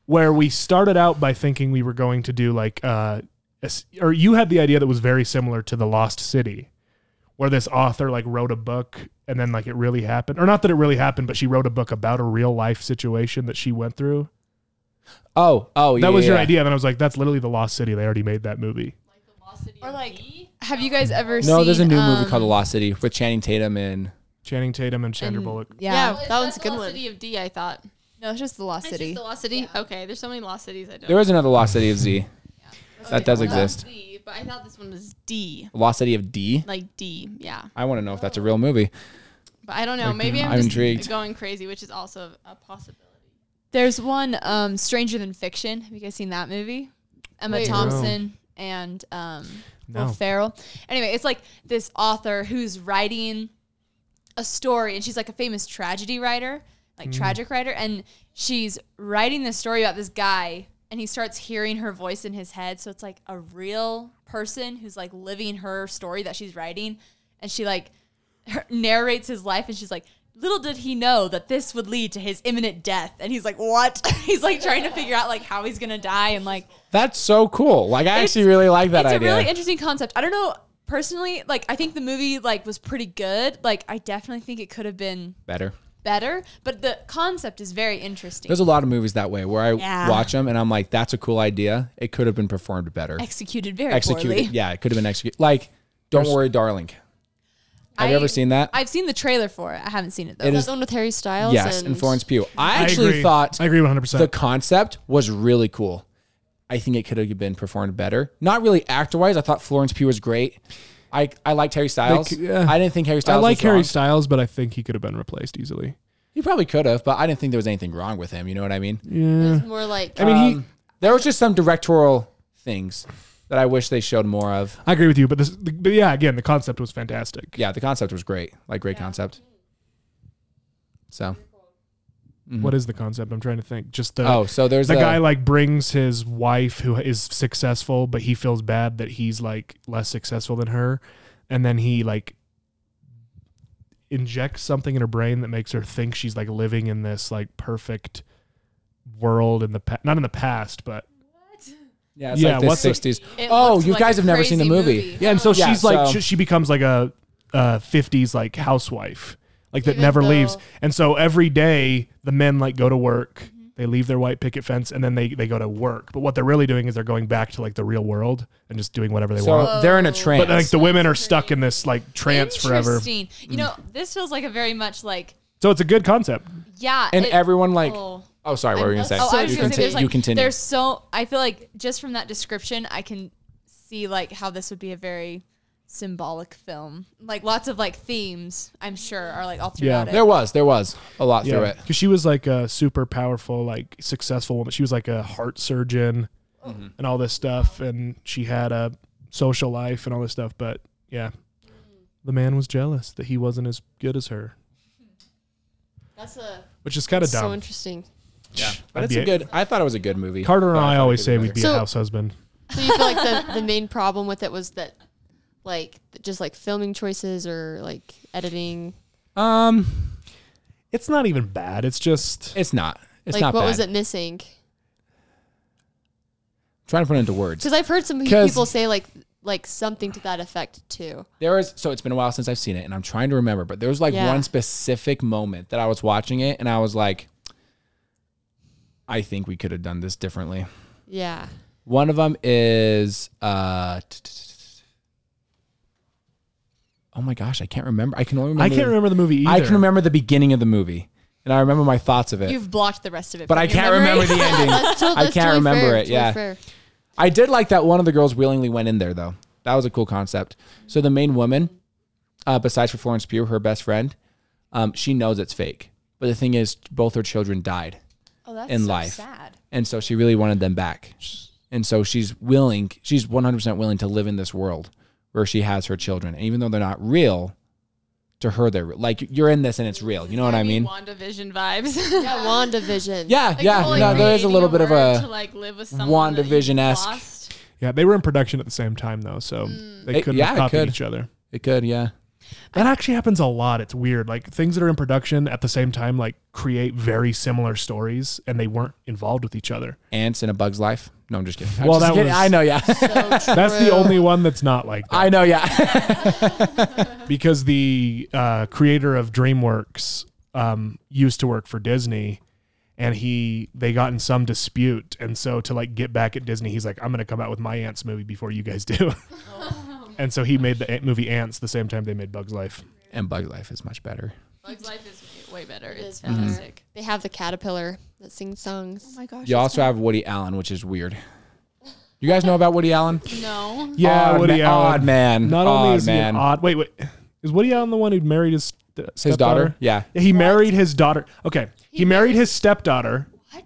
Speaker 1: where we started out by thinking we were going to do like, uh, a s- or you had the idea that was very similar to The Lost City, where this author like wrote a book and then like it really happened, or not that it really happened, but she wrote a book about a real life situation that she went through.
Speaker 2: oh oh
Speaker 1: That
Speaker 2: yeah,
Speaker 1: was your
Speaker 2: yeah.
Speaker 1: idea. Then I was like, that's literally The Lost City. They already made that movie.
Speaker 4: Or like
Speaker 5: Have you guys ever seen?
Speaker 2: no there's a new movie
Speaker 5: um,
Speaker 2: called the lost city with channing tatum and
Speaker 1: Channing Tatum and Sandra
Speaker 4: and-
Speaker 1: Bullock.
Speaker 3: Yeah,
Speaker 4: Yeah.
Speaker 5: Well, is
Speaker 3: that one's a
Speaker 5: the
Speaker 3: good
Speaker 5: Lost
Speaker 3: one.
Speaker 5: City of D, I thought.
Speaker 4: No, it's just the Lost City.
Speaker 5: the Lost City. Okay, there's so many Lost Cities I don't.
Speaker 2: There was another Lost City of Z. That does
Speaker 5: Well, that's
Speaker 2: exist.
Speaker 5: Z, but I thought this one was D,
Speaker 2: Lost City of D.
Speaker 5: like D. Yeah,
Speaker 2: I want to know if that's a real movie.
Speaker 5: but I don't know.
Speaker 1: Like the-
Speaker 5: Maybe I'm,
Speaker 2: I'm
Speaker 5: just
Speaker 2: intrigued.
Speaker 5: going crazy, which is also a possibility.
Speaker 4: There's one, um, Stranger Than Fiction. Have you guys seen that movie? Emma
Speaker 3: Wait. No.
Speaker 4: Thompson and um,
Speaker 1: No.
Speaker 4: Will Ferrell. Anyway, it's like this author who's writing a story, and she's like a famous tragedy writer, like tragic writer, and she's writing this story about this guy, and he starts hearing her voice in his head. So it's like a real person who's like living her story that she's writing, and she like her, narrates his life, and she's like. Little did he know that this would lead to his imminent death, and he's like, "What?" he's like trying to figure out like how he's gonna die, and like
Speaker 2: That's so cool. Like I
Speaker 4: It's-
Speaker 2: actually really like that
Speaker 4: it's
Speaker 2: idea.
Speaker 4: a really interesting concept. I don't know personally. Like, I think the movie like was pretty good. Like, I definitely think it could have been
Speaker 2: Better.
Speaker 4: better, but the concept is very interesting.
Speaker 2: There's a lot of movies that way where I
Speaker 4: Yeah.
Speaker 2: watch them and I'm like, that's a cool idea. It could have been performed better.
Speaker 4: executed very
Speaker 2: Executed.
Speaker 4: poorly.
Speaker 2: Yeah, it could have been executed. Like, don't worry, darling. Have you
Speaker 4: I-
Speaker 2: ever seen that?
Speaker 4: I've seen the trailer for it. I haven't seen it though.
Speaker 2: It
Speaker 3: Is
Speaker 2: is-
Speaker 3: that the one with Harry Styles?
Speaker 2: yes, and Florence Pugh. I actually
Speaker 1: I agree.
Speaker 2: thought
Speaker 1: I agree 100. percent
Speaker 2: the concept was really cool. I think it could have been performed better. Not really actor wise. I thought Florence Pugh was great. I, I liked Harry Styles.
Speaker 1: yeah.
Speaker 2: I didn't think Harry
Speaker 1: I
Speaker 2: Styles.
Speaker 1: like
Speaker 2: was
Speaker 1: Harry
Speaker 2: wrong.
Speaker 1: Styles, but I think he could have been replaced easily.
Speaker 2: He probably could have, but I didn't think there was anything wrong with him. You know what I mean?
Speaker 1: Yeah.
Speaker 3: It's more like
Speaker 1: I mean, he.
Speaker 2: Um, there was just some directorial things that I wish they showed more of.
Speaker 1: I agree with you, but this, but yeah, again, the concept was fantastic.
Speaker 2: Yeah, the concept was great. Like great concept. So Mm-hmm.
Speaker 1: What is the concept? I'm trying to think. Just the
Speaker 2: oh, so there's
Speaker 1: the
Speaker 2: a-
Speaker 1: guy like brings his wife who is successful, but he feels bad that he's like less successful than her, and then he like injects something in her brain that makes her think she's like living in this like perfect world in the pa- not in the past, but
Speaker 2: yeah, it's
Speaker 1: yeah,
Speaker 2: like the
Speaker 1: what's the-
Speaker 2: '60s.
Speaker 4: It
Speaker 2: oh,
Speaker 4: looked
Speaker 2: you
Speaker 4: like
Speaker 2: guys
Speaker 4: a
Speaker 2: have never seen the
Speaker 4: crazy
Speaker 2: movie.
Speaker 1: yeah, and so
Speaker 2: Yeah,
Speaker 1: she's like
Speaker 2: so-
Speaker 1: she, she becomes like a uh, 50s like housewife like that
Speaker 3: Even
Speaker 1: never
Speaker 3: though-
Speaker 1: leaves, and so every day the men like go to work.
Speaker 3: Mm-hmm.
Speaker 1: They leave their white picket fence and then they, they go to work. But what they're really doing is they're going back to like the real world and just doing whatever they
Speaker 2: So
Speaker 1: want.
Speaker 2: they're in a
Speaker 3: But,
Speaker 2: trance.
Speaker 1: But like the women are stuck in this like trance forever.
Speaker 4: Interesting. You know,
Speaker 2: Mm.
Speaker 4: this feels like a very much like
Speaker 1: So it's a good concept.
Speaker 4: yeah,
Speaker 2: and
Speaker 4: it-
Speaker 2: everyone like.
Speaker 4: oh.
Speaker 2: Oh, sorry. What were you gonna say?
Speaker 4: Oh, I was
Speaker 2: you,
Speaker 4: gonna
Speaker 2: conti-
Speaker 4: say there's like
Speaker 2: you continue.
Speaker 4: there's so I feel like just from that description I can see like how this would be a very symbolic film. Like lots of like themes I'm sure are like all
Speaker 1: Yeah.
Speaker 4: throughout
Speaker 2: there
Speaker 4: it.
Speaker 2: was there was a lot through it.
Speaker 1: Because she was like a super powerful, like successful woman. She was like a heart surgeon
Speaker 2: Oh. Mm-hmm.
Speaker 1: and all this stuff. And she had a social life and all this stuff. But yeah, the man was jealous that he wasn't as good as her,
Speaker 3: that's a
Speaker 1: which is kind of
Speaker 3: so
Speaker 1: dumb.
Speaker 3: interesting.
Speaker 2: Yeah, but
Speaker 1: I'd
Speaker 2: it's
Speaker 1: be
Speaker 2: a
Speaker 1: a-
Speaker 2: good. I thought it was a good movie.
Speaker 1: Carter and
Speaker 2: But
Speaker 1: I
Speaker 2: thought it
Speaker 1: always
Speaker 2: could
Speaker 1: say
Speaker 2: be
Speaker 1: we'd be a
Speaker 2: better.
Speaker 3: So-
Speaker 1: house husband.
Speaker 3: So you feel like the, the main problem with it was that like just like filming choices or like editing.
Speaker 2: Um,
Speaker 1: It's not even bad. It's just
Speaker 2: it's not. It's
Speaker 3: like
Speaker 2: not.
Speaker 3: what
Speaker 2: bad.
Speaker 3: was it missing?
Speaker 2: Trying to put it into words.
Speaker 3: Because I've heard some
Speaker 2: 'Cause-
Speaker 3: people say like like something to that effect too.
Speaker 2: There was so it's been a while since I've seen it, and I'm trying to remember, but there was like
Speaker 3: Yeah.
Speaker 2: one specific moment that I was watching it, and I was like, I think we could have done this differently.
Speaker 3: Yeah.
Speaker 2: One of them is, uh, t- t- t- t- oh my gosh, I can't remember. I can only remember.
Speaker 1: I can't remember the movie either.
Speaker 2: I can remember the beginning of the movie, and I remember my thoughts of it,
Speaker 4: You've blocked the rest of it.
Speaker 2: but
Speaker 4: from
Speaker 2: I
Speaker 4: your
Speaker 2: can't
Speaker 4: memory.
Speaker 2: remember the ending.
Speaker 3: That's to-
Speaker 2: I
Speaker 3: that's
Speaker 2: can't
Speaker 3: totally
Speaker 2: remember
Speaker 3: fair,
Speaker 2: it,
Speaker 3: totally
Speaker 2: yeah.
Speaker 3: fair.
Speaker 2: I did like that one of the girls willingly went in there though. That was a cool concept. So the main woman, uh, besides for Florence Pugh, her best friend, um, she knows it's fake. But the thing is, both her children died,
Speaker 4: oh, that's
Speaker 2: in
Speaker 4: so
Speaker 2: life.
Speaker 4: Sad.
Speaker 2: and so she really wanted them back. And so she's willing, she's 100% willing to live in this world where she has her children, and even though they're not real, to her they're real. like you're in this and it's real. You know what I mean?
Speaker 5: WandaVision vibes.
Speaker 3: Yeah, WandaVision.
Speaker 2: Yeah,
Speaker 5: Like,
Speaker 2: yeah.
Speaker 5: the whole,
Speaker 2: No,
Speaker 5: like,
Speaker 2: there is a
Speaker 5: creating
Speaker 2: little bit of
Speaker 5: word
Speaker 2: a.
Speaker 5: to, like live with someone that you've
Speaker 2: WandaVision-esque.
Speaker 5: lost.
Speaker 1: Yeah, they were in production at the same time though, so they
Speaker 3: Mm.
Speaker 2: It-
Speaker 1: couldn't
Speaker 2: yeah,
Speaker 1: have
Speaker 2: it
Speaker 1: copied
Speaker 2: could.
Speaker 1: each other.
Speaker 2: It could, yeah.
Speaker 1: That actually happens a lot. It's weird. Like things that are in production at the same time, like create very similar stories, and they weren't involved with each other.
Speaker 2: Ants in a Bug's Life. No, I'm just kidding. I'm
Speaker 1: Well,
Speaker 2: just
Speaker 1: that
Speaker 2: kidding.
Speaker 1: was-
Speaker 2: I know, yeah.
Speaker 3: So
Speaker 1: That's the
Speaker 3: true.
Speaker 1: only one that's not like that
Speaker 2: I know, yeah.
Speaker 1: because the uh, creator of DreamWorks um, used to work for Disney, and he they got in some dispute, and so to like get back at Disney, he's like, "I'm going to come out with my Ants movie before you guys do," and so he made the ant- movie Ants the same time they made Bugs Life.
Speaker 2: and Bug Life is much better.
Speaker 5: Bug's Life is way better.
Speaker 3: It
Speaker 5: It's
Speaker 3: is better.
Speaker 5: fantastic.
Speaker 3: They have the caterpillar that sings
Speaker 5: Oh
Speaker 3: songs.
Speaker 5: my gosh.
Speaker 2: You also have Woody Allen, which is weird. You guys know about Woody Allen?
Speaker 5: no.
Speaker 1: Yeah,
Speaker 2: Odd
Speaker 1: Woody
Speaker 2: ma-
Speaker 1: Allen.
Speaker 2: Odd man.
Speaker 1: Not
Speaker 2: odd
Speaker 1: only is
Speaker 2: man.
Speaker 1: he an odd. Wait, wait. Is Woody Allen the one who married his st-
Speaker 2: his
Speaker 1: stepdaughter?
Speaker 2: daughter? Yeah.
Speaker 1: Yeah, He married his daughter. Okay. He, married his stepdaughter. What?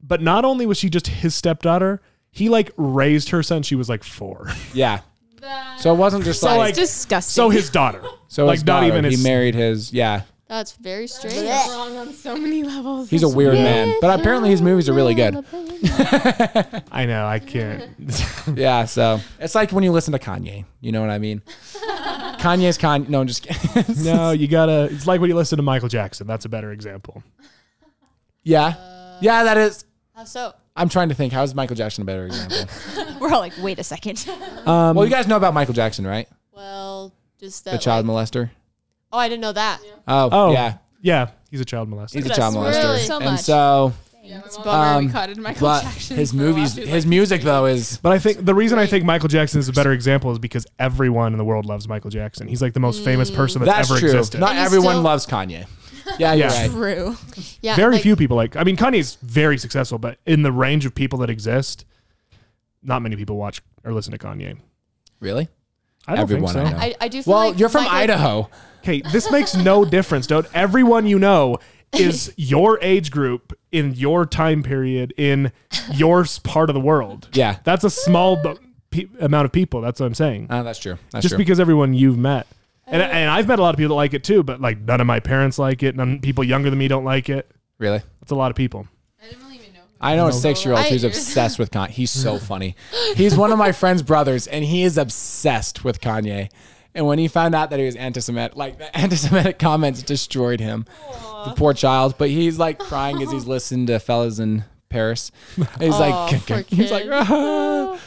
Speaker 1: But not only was she just his stepdaughter, he like raised her since she was like four.
Speaker 2: Yeah. So it wasn't just
Speaker 1: So,
Speaker 2: like,
Speaker 1: like-
Speaker 4: Disgusting.
Speaker 1: so his daughter.
Speaker 2: so
Speaker 1: like
Speaker 2: his
Speaker 1: not
Speaker 2: daughter,
Speaker 1: even
Speaker 2: he
Speaker 1: his.
Speaker 2: married his yeah.
Speaker 3: That's very strange.
Speaker 5: It's wrong on so many levels.
Speaker 2: He's a weird man, but apparently his movies are really good.
Speaker 1: I know. I can't.
Speaker 2: Yeah, so it's like when you listen to Kanye. You know what I mean? Kanye's Kanye. No, I'm just kidding.
Speaker 1: no, you gotta. It's like when you listen to Michael Jackson. That's a better example.
Speaker 2: yeah, yeah, that is.
Speaker 3: How so?
Speaker 2: I'm trying to think. How is Michael Jackson a better example?
Speaker 4: We're all like, wait a second.
Speaker 2: Um, well, you guys know about Michael Jackson, right?
Speaker 3: Well, just that.
Speaker 2: The child
Speaker 3: like-
Speaker 2: molester.
Speaker 3: oh, I didn't know that.
Speaker 2: Oh,
Speaker 1: Oh
Speaker 2: yeah.
Speaker 1: Yeah, he's a child molester.
Speaker 2: He's a
Speaker 4: Look at
Speaker 2: child
Speaker 4: us.
Speaker 2: molester.
Speaker 3: Really? So
Speaker 2: and
Speaker 4: much.
Speaker 2: so,
Speaker 5: Yeah, my mom
Speaker 3: bummer
Speaker 5: we
Speaker 2: um,
Speaker 5: caught it in Michael
Speaker 2: but
Speaker 5: Jackson
Speaker 2: his
Speaker 5: for a while.
Speaker 2: movies,
Speaker 5: She was
Speaker 2: his
Speaker 5: like,
Speaker 2: music though is
Speaker 1: But I think the reason I think Michael Jackson is a better example is because everyone in the world loves Michael Jackson. He's like the most famous person that's,
Speaker 2: that's
Speaker 1: ever
Speaker 2: true.
Speaker 1: existed.
Speaker 2: Not
Speaker 3: And he's
Speaker 2: everyone
Speaker 3: still-
Speaker 2: loves Kanye. Yeah, you're
Speaker 1: Yeah.
Speaker 2: right.
Speaker 4: True.
Speaker 3: Yeah.
Speaker 1: very
Speaker 3: like,
Speaker 1: few people like. I mean, Kanye's very successful, but in the range of people that exist, not many people watch or listen to Kanye.
Speaker 2: Really?
Speaker 1: I don't
Speaker 2: Everyone
Speaker 1: think
Speaker 2: I
Speaker 1: so.
Speaker 2: know.
Speaker 3: I, I do feel
Speaker 2: Well,
Speaker 3: like
Speaker 2: you're from
Speaker 3: Michael-
Speaker 2: Idaho.
Speaker 1: Okay, this makes no difference, dude. Everyone you know is your age group in your time period in your s- part of the world.
Speaker 2: Yeah.
Speaker 1: That's a small bu- pe- amount of people. That's what I'm saying.
Speaker 2: Ah, that's true. That's
Speaker 1: Just
Speaker 2: true.
Speaker 1: because everyone you've met. And, and I've met a lot of people that like it too, but like none of my parents like it. None people younger than me don't like it.
Speaker 2: really?
Speaker 1: That's a lot of people.
Speaker 5: I didn't really even know.
Speaker 2: I know a six year old
Speaker 3: I-
Speaker 2: who's obsessed with Kanye. He's so funny. He's one of my friend's brothers, and he is obsessed with Kanye. And when he found out that he was anti-Semitic, like the anti-Semitic comments destroyed him, the poor child. But he's like crying as he's listening to fellas in Paris. And He's
Speaker 3: Aw, oh, poor
Speaker 2: like, he's like,
Speaker 3: kid.
Speaker 2: "Ah."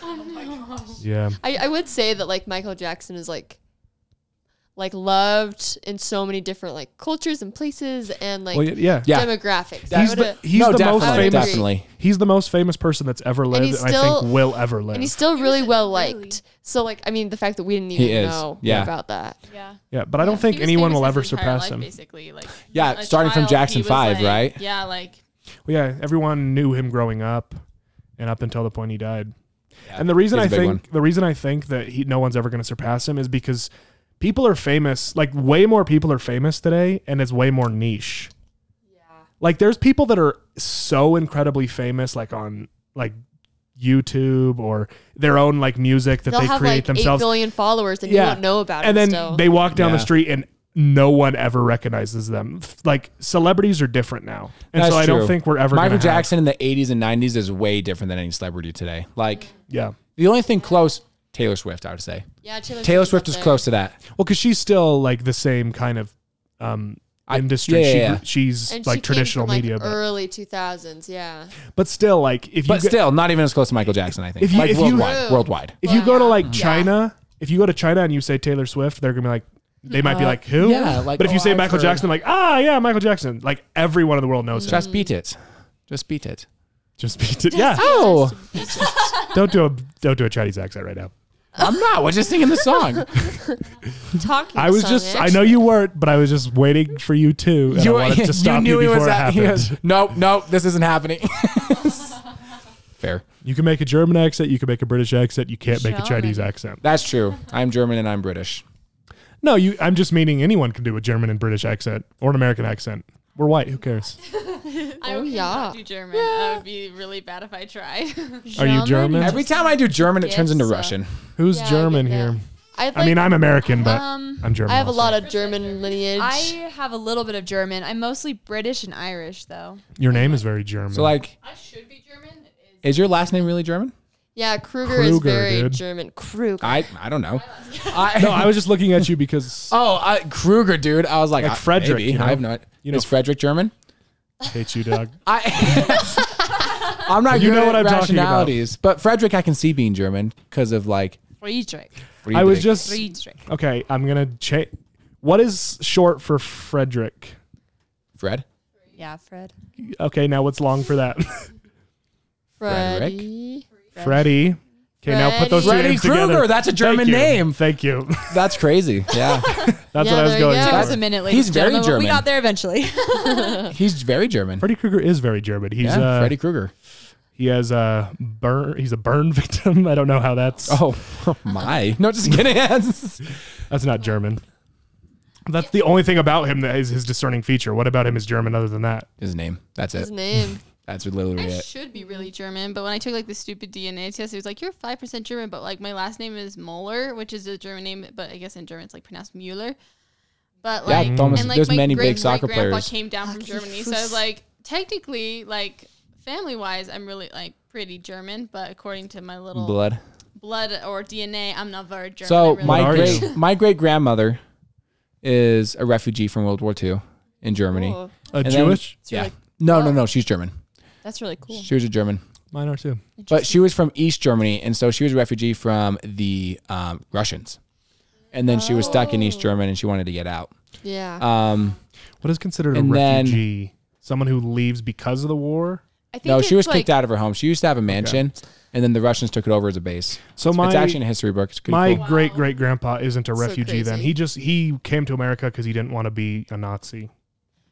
Speaker 1: Yeah.
Speaker 3: I, I would say that like Michael Jackson is like like loved in so many different like cultures and places and like
Speaker 1: Well, y- yeah.
Speaker 2: Yeah.
Speaker 3: demographics.
Speaker 1: He's
Speaker 3: I
Speaker 1: the,
Speaker 3: would've-
Speaker 1: he's
Speaker 2: no,
Speaker 1: the most
Speaker 2: definitely,
Speaker 1: famous.
Speaker 2: definitely.
Speaker 1: He's the most famous person that's ever lived,
Speaker 3: he's
Speaker 1: and, I
Speaker 3: still-
Speaker 1: think will ever live.
Speaker 3: and he's still really
Speaker 5: was
Speaker 3: well
Speaker 5: really-
Speaker 3: liked. So like I mean the fact that we didn't
Speaker 2: He
Speaker 3: even
Speaker 2: is,
Speaker 3: know
Speaker 2: yeah.
Speaker 3: about that.
Speaker 5: Yeah.
Speaker 1: yeah, but I don't think
Speaker 5: He was
Speaker 1: anyone
Speaker 5: famous
Speaker 1: will
Speaker 5: his
Speaker 1: ever
Speaker 5: entire
Speaker 1: surpass
Speaker 5: life,
Speaker 1: him.
Speaker 5: Basically, like
Speaker 2: Yeah,
Speaker 5: a
Speaker 2: starting from
Speaker 5: child,
Speaker 2: Jackson
Speaker 5: he was,
Speaker 2: 5,
Speaker 5: like-
Speaker 2: right?
Speaker 5: Yeah, like
Speaker 1: Well, yeah, everyone knew him growing up, and up until the point he died. and the reason
Speaker 2: he's
Speaker 1: I
Speaker 2: a big
Speaker 1: think
Speaker 2: one.
Speaker 1: the reason I think that he, no one's ever going to surpass him is because people are famous. Like way more people are famous today, and it's way more niche. Like there's people that are so incredibly famous, like on like YouTube or their own like music that
Speaker 3: They'll
Speaker 1: they
Speaker 3: have
Speaker 1: create
Speaker 3: like
Speaker 1: themselves.
Speaker 3: eight billion followers and you won't know about
Speaker 1: and
Speaker 3: it
Speaker 1: then
Speaker 3: still.
Speaker 1: they walk down the
Speaker 2: Yeah.
Speaker 1: street and no one ever recognizes them. F- Like celebrities are different now, and
Speaker 2: That's
Speaker 1: so I
Speaker 2: true.
Speaker 1: don't think we're ever gonna
Speaker 2: Michael
Speaker 1: have-
Speaker 2: Jackson in the 80s and 90s is way different than any celebrity today. Like
Speaker 1: yeah,
Speaker 2: the only thing close, Taylor Swift, I would say.
Speaker 3: yeah, Taylor,
Speaker 2: Taylor
Speaker 3: Swift
Speaker 2: Swift
Speaker 3: was
Speaker 2: is
Speaker 3: there.
Speaker 2: close to that.
Speaker 1: well, because she's still like the same kind of um,
Speaker 2: I-
Speaker 1: industry.
Speaker 2: yeah,
Speaker 1: she,
Speaker 2: yeah,
Speaker 1: gr-
Speaker 2: yeah.
Speaker 1: She's
Speaker 3: And she
Speaker 1: like
Speaker 3: came
Speaker 1: traditional
Speaker 3: from, like,
Speaker 1: media, but,
Speaker 3: early two thousands, yeah.
Speaker 1: but still, like if you
Speaker 2: But
Speaker 1: go,
Speaker 2: still, not even as close to Michael Jackson, I think.
Speaker 1: If you-
Speaker 2: like
Speaker 1: if you-
Speaker 2: worldwide.
Speaker 3: True.
Speaker 2: worldwide.
Speaker 1: if you go to like China, if you go to China and you say Taylor Swift, they're gonna be like. They might be
Speaker 3: Uh-huh.
Speaker 2: Uh,
Speaker 1: like who?
Speaker 2: yeah, like,
Speaker 1: but if you
Speaker 2: oh,
Speaker 1: say
Speaker 2: I've
Speaker 1: Michael
Speaker 2: heard.
Speaker 1: Jackson, like ah, yeah, Michael Jackson. Like everyone in the world knows him.
Speaker 2: Just beat it. Just beat it.
Speaker 1: Just beat it. Yeah.
Speaker 2: Oh,
Speaker 1: don't do a don't do a Chinese accent right now.
Speaker 2: I'm not. We're just singing the song.
Speaker 3: Talking
Speaker 1: I was
Speaker 3: song,
Speaker 1: just,
Speaker 3: eh?
Speaker 1: I know you weren't, but I was just waiting for you to. And I wanted to stop you, before it
Speaker 2: out- he
Speaker 1: happened.
Speaker 2: goes, nope, nope, this isn't happening. Fair.
Speaker 1: You can make a German accent, you can make a British accent, you can't make a
Speaker 3: German.
Speaker 1: Chinese accent.
Speaker 2: That's true. I'm German and I'm British.
Speaker 1: No, you. I'm just meaning anyone can do a German and British accent or an American accent. We're white. Who cares?
Speaker 5: I
Speaker 3: Oh,
Speaker 5: would
Speaker 3: yeah.
Speaker 5: not do German. I would be really bad if I try.
Speaker 1: Are you German?
Speaker 2: Every time I do German, it turns into
Speaker 3: Yes, uh,
Speaker 2: Russian.
Speaker 1: Who's
Speaker 3: Yeah, I
Speaker 1: German
Speaker 3: get
Speaker 1: here?
Speaker 3: that. I'd
Speaker 1: I mean,
Speaker 3: like-
Speaker 1: I'm American, but
Speaker 4: Um,
Speaker 1: I'm German.
Speaker 3: I have a
Speaker 1: also.
Speaker 3: lot of German lineage.
Speaker 4: I have a little bit of German. I'm mostly British and Irish, though.
Speaker 1: Your name is very German.
Speaker 2: So, like,
Speaker 5: I should be German.
Speaker 2: is your last name really German?
Speaker 3: yeah, Kruger, is
Speaker 1: Kruger,
Speaker 3: very
Speaker 1: dude.
Speaker 3: German. Kruger.
Speaker 2: I I don't know. I,
Speaker 1: no, I was just looking at you because I
Speaker 2: oh I, Kruger, dude. I was like,
Speaker 1: Like
Speaker 2: I-
Speaker 1: Frederick,
Speaker 2: maybe.
Speaker 1: you know?
Speaker 2: I have not.
Speaker 1: You know-
Speaker 2: is Frederick German?
Speaker 1: hate you, dog.
Speaker 2: I. I'm not.
Speaker 1: You
Speaker 2: good
Speaker 1: know what
Speaker 2: at
Speaker 1: I'm talking about.
Speaker 2: rationalities, But Frederick, I can see being German because of like.
Speaker 4: Friedrich.
Speaker 1: I was
Speaker 2: Friedrich.
Speaker 1: just
Speaker 4: Friedrich.
Speaker 1: okay. I'm gonna change. What is short for Frederick?
Speaker 2: Fred.
Speaker 4: Yeah, Fred.
Speaker 1: Okay, now what's long for that?
Speaker 3: Freddie.
Speaker 1: Freddie. Okay, now put those two
Speaker 2: Freddy
Speaker 1: names
Speaker 2: Krueger,
Speaker 1: together.
Speaker 2: that's a German
Speaker 1: Thank you.
Speaker 2: name.
Speaker 1: Thank you.
Speaker 2: That's crazy. Yeah,
Speaker 1: That's
Speaker 3: Yeah,
Speaker 1: what I was
Speaker 3: there you
Speaker 1: going
Speaker 3: go.
Speaker 4: That was
Speaker 1: for.
Speaker 4: a minute, ladies
Speaker 2: He's
Speaker 4: and
Speaker 2: very
Speaker 4: gentlemen, but We
Speaker 2: German.
Speaker 4: got there eventually.
Speaker 2: he's very German.
Speaker 1: Freddy Krueger is very German. He's
Speaker 2: yeah,
Speaker 1: uh,
Speaker 2: Freddy Krueger.
Speaker 1: he has a burn. He's a burn victim. I don't know how that's.
Speaker 2: Oh my! No, just kidding.
Speaker 1: That's not German. That's the only thing about him that is his discerning feature. What about him is German other than that?
Speaker 2: His name. That's
Speaker 3: His
Speaker 2: it.
Speaker 3: name.
Speaker 2: That's literally
Speaker 5: I
Speaker 2: it.
Speaker 5: should be really German, but when I took like the stupid DNA test, it was like you're five percent German, but like my last name is Moeller, which is a German name, but I guess in German it's like pronounced Mueller. But
Speaker 2: Yeah,
Speaker 5: like,
Speaker 2: Thomas-
Speaker 5: and, like
Speaker 2: there's
Speaker 5: my
Speaker 2: many big
Speaker 5: great-
Speaker 2: soccer
Speaker 5: my grandpa
Speaker 2: players.
Speaker 5: came down from Germany, so I was like, technically, like family wise, I'm really like pretty German, but according to my little
Speaker 2: Blood.
Speaker 5: blood or DNA, I'm not very German. I
Speaker 2: So
Speaker 5: really-
Speaker 1: What
Speaker 2: my
Speaker 1: are
Speaker 2: great
Speaker 1: you?
Speaker 2: my great grandmother is a refugee from World War II in Germany.
Speaker 3: Cool.
Speaker 1: A
Speaker 2: And then-
Speaker 1: Jewish
Speaker 2: yeah.
Speaker 3: really-
Speaker 2: no, no, no. She's German.
Speaker 4: That's really cool.
Speaker 2: She was a German.
Speaker 1: mine are too.
Speaker 2: But she was from East Germany, and so she was a refugee from the um, Russians. And then she was stuck in East Germany, and she wanted to get out.
Speaker 3: Yeah.
Speaker 2: Um,
Speaker 1: What is considered a
Speaker 2: And then-
Speaker 1: refugee? Someone who leaves because of the war.
Speaker 4: I think
Speaker 2: no, she
Speaker 4: it's
Speaker 2: was
Speaker 4: like,
Speaker 2: kicked out of her home. She used to have a mansion, and then the Russians took it over as a base.
Speaker 1: So my
Speaker 2: it's actually in a history book. It's pretty
Speaker 1: my
Speaker 2: cool.
Speaker 1: great great grandpa isn't a refugee. then
Speaker 3: crazy.
Speaker 1: he just he came to America because he didn't want to be a Nazi.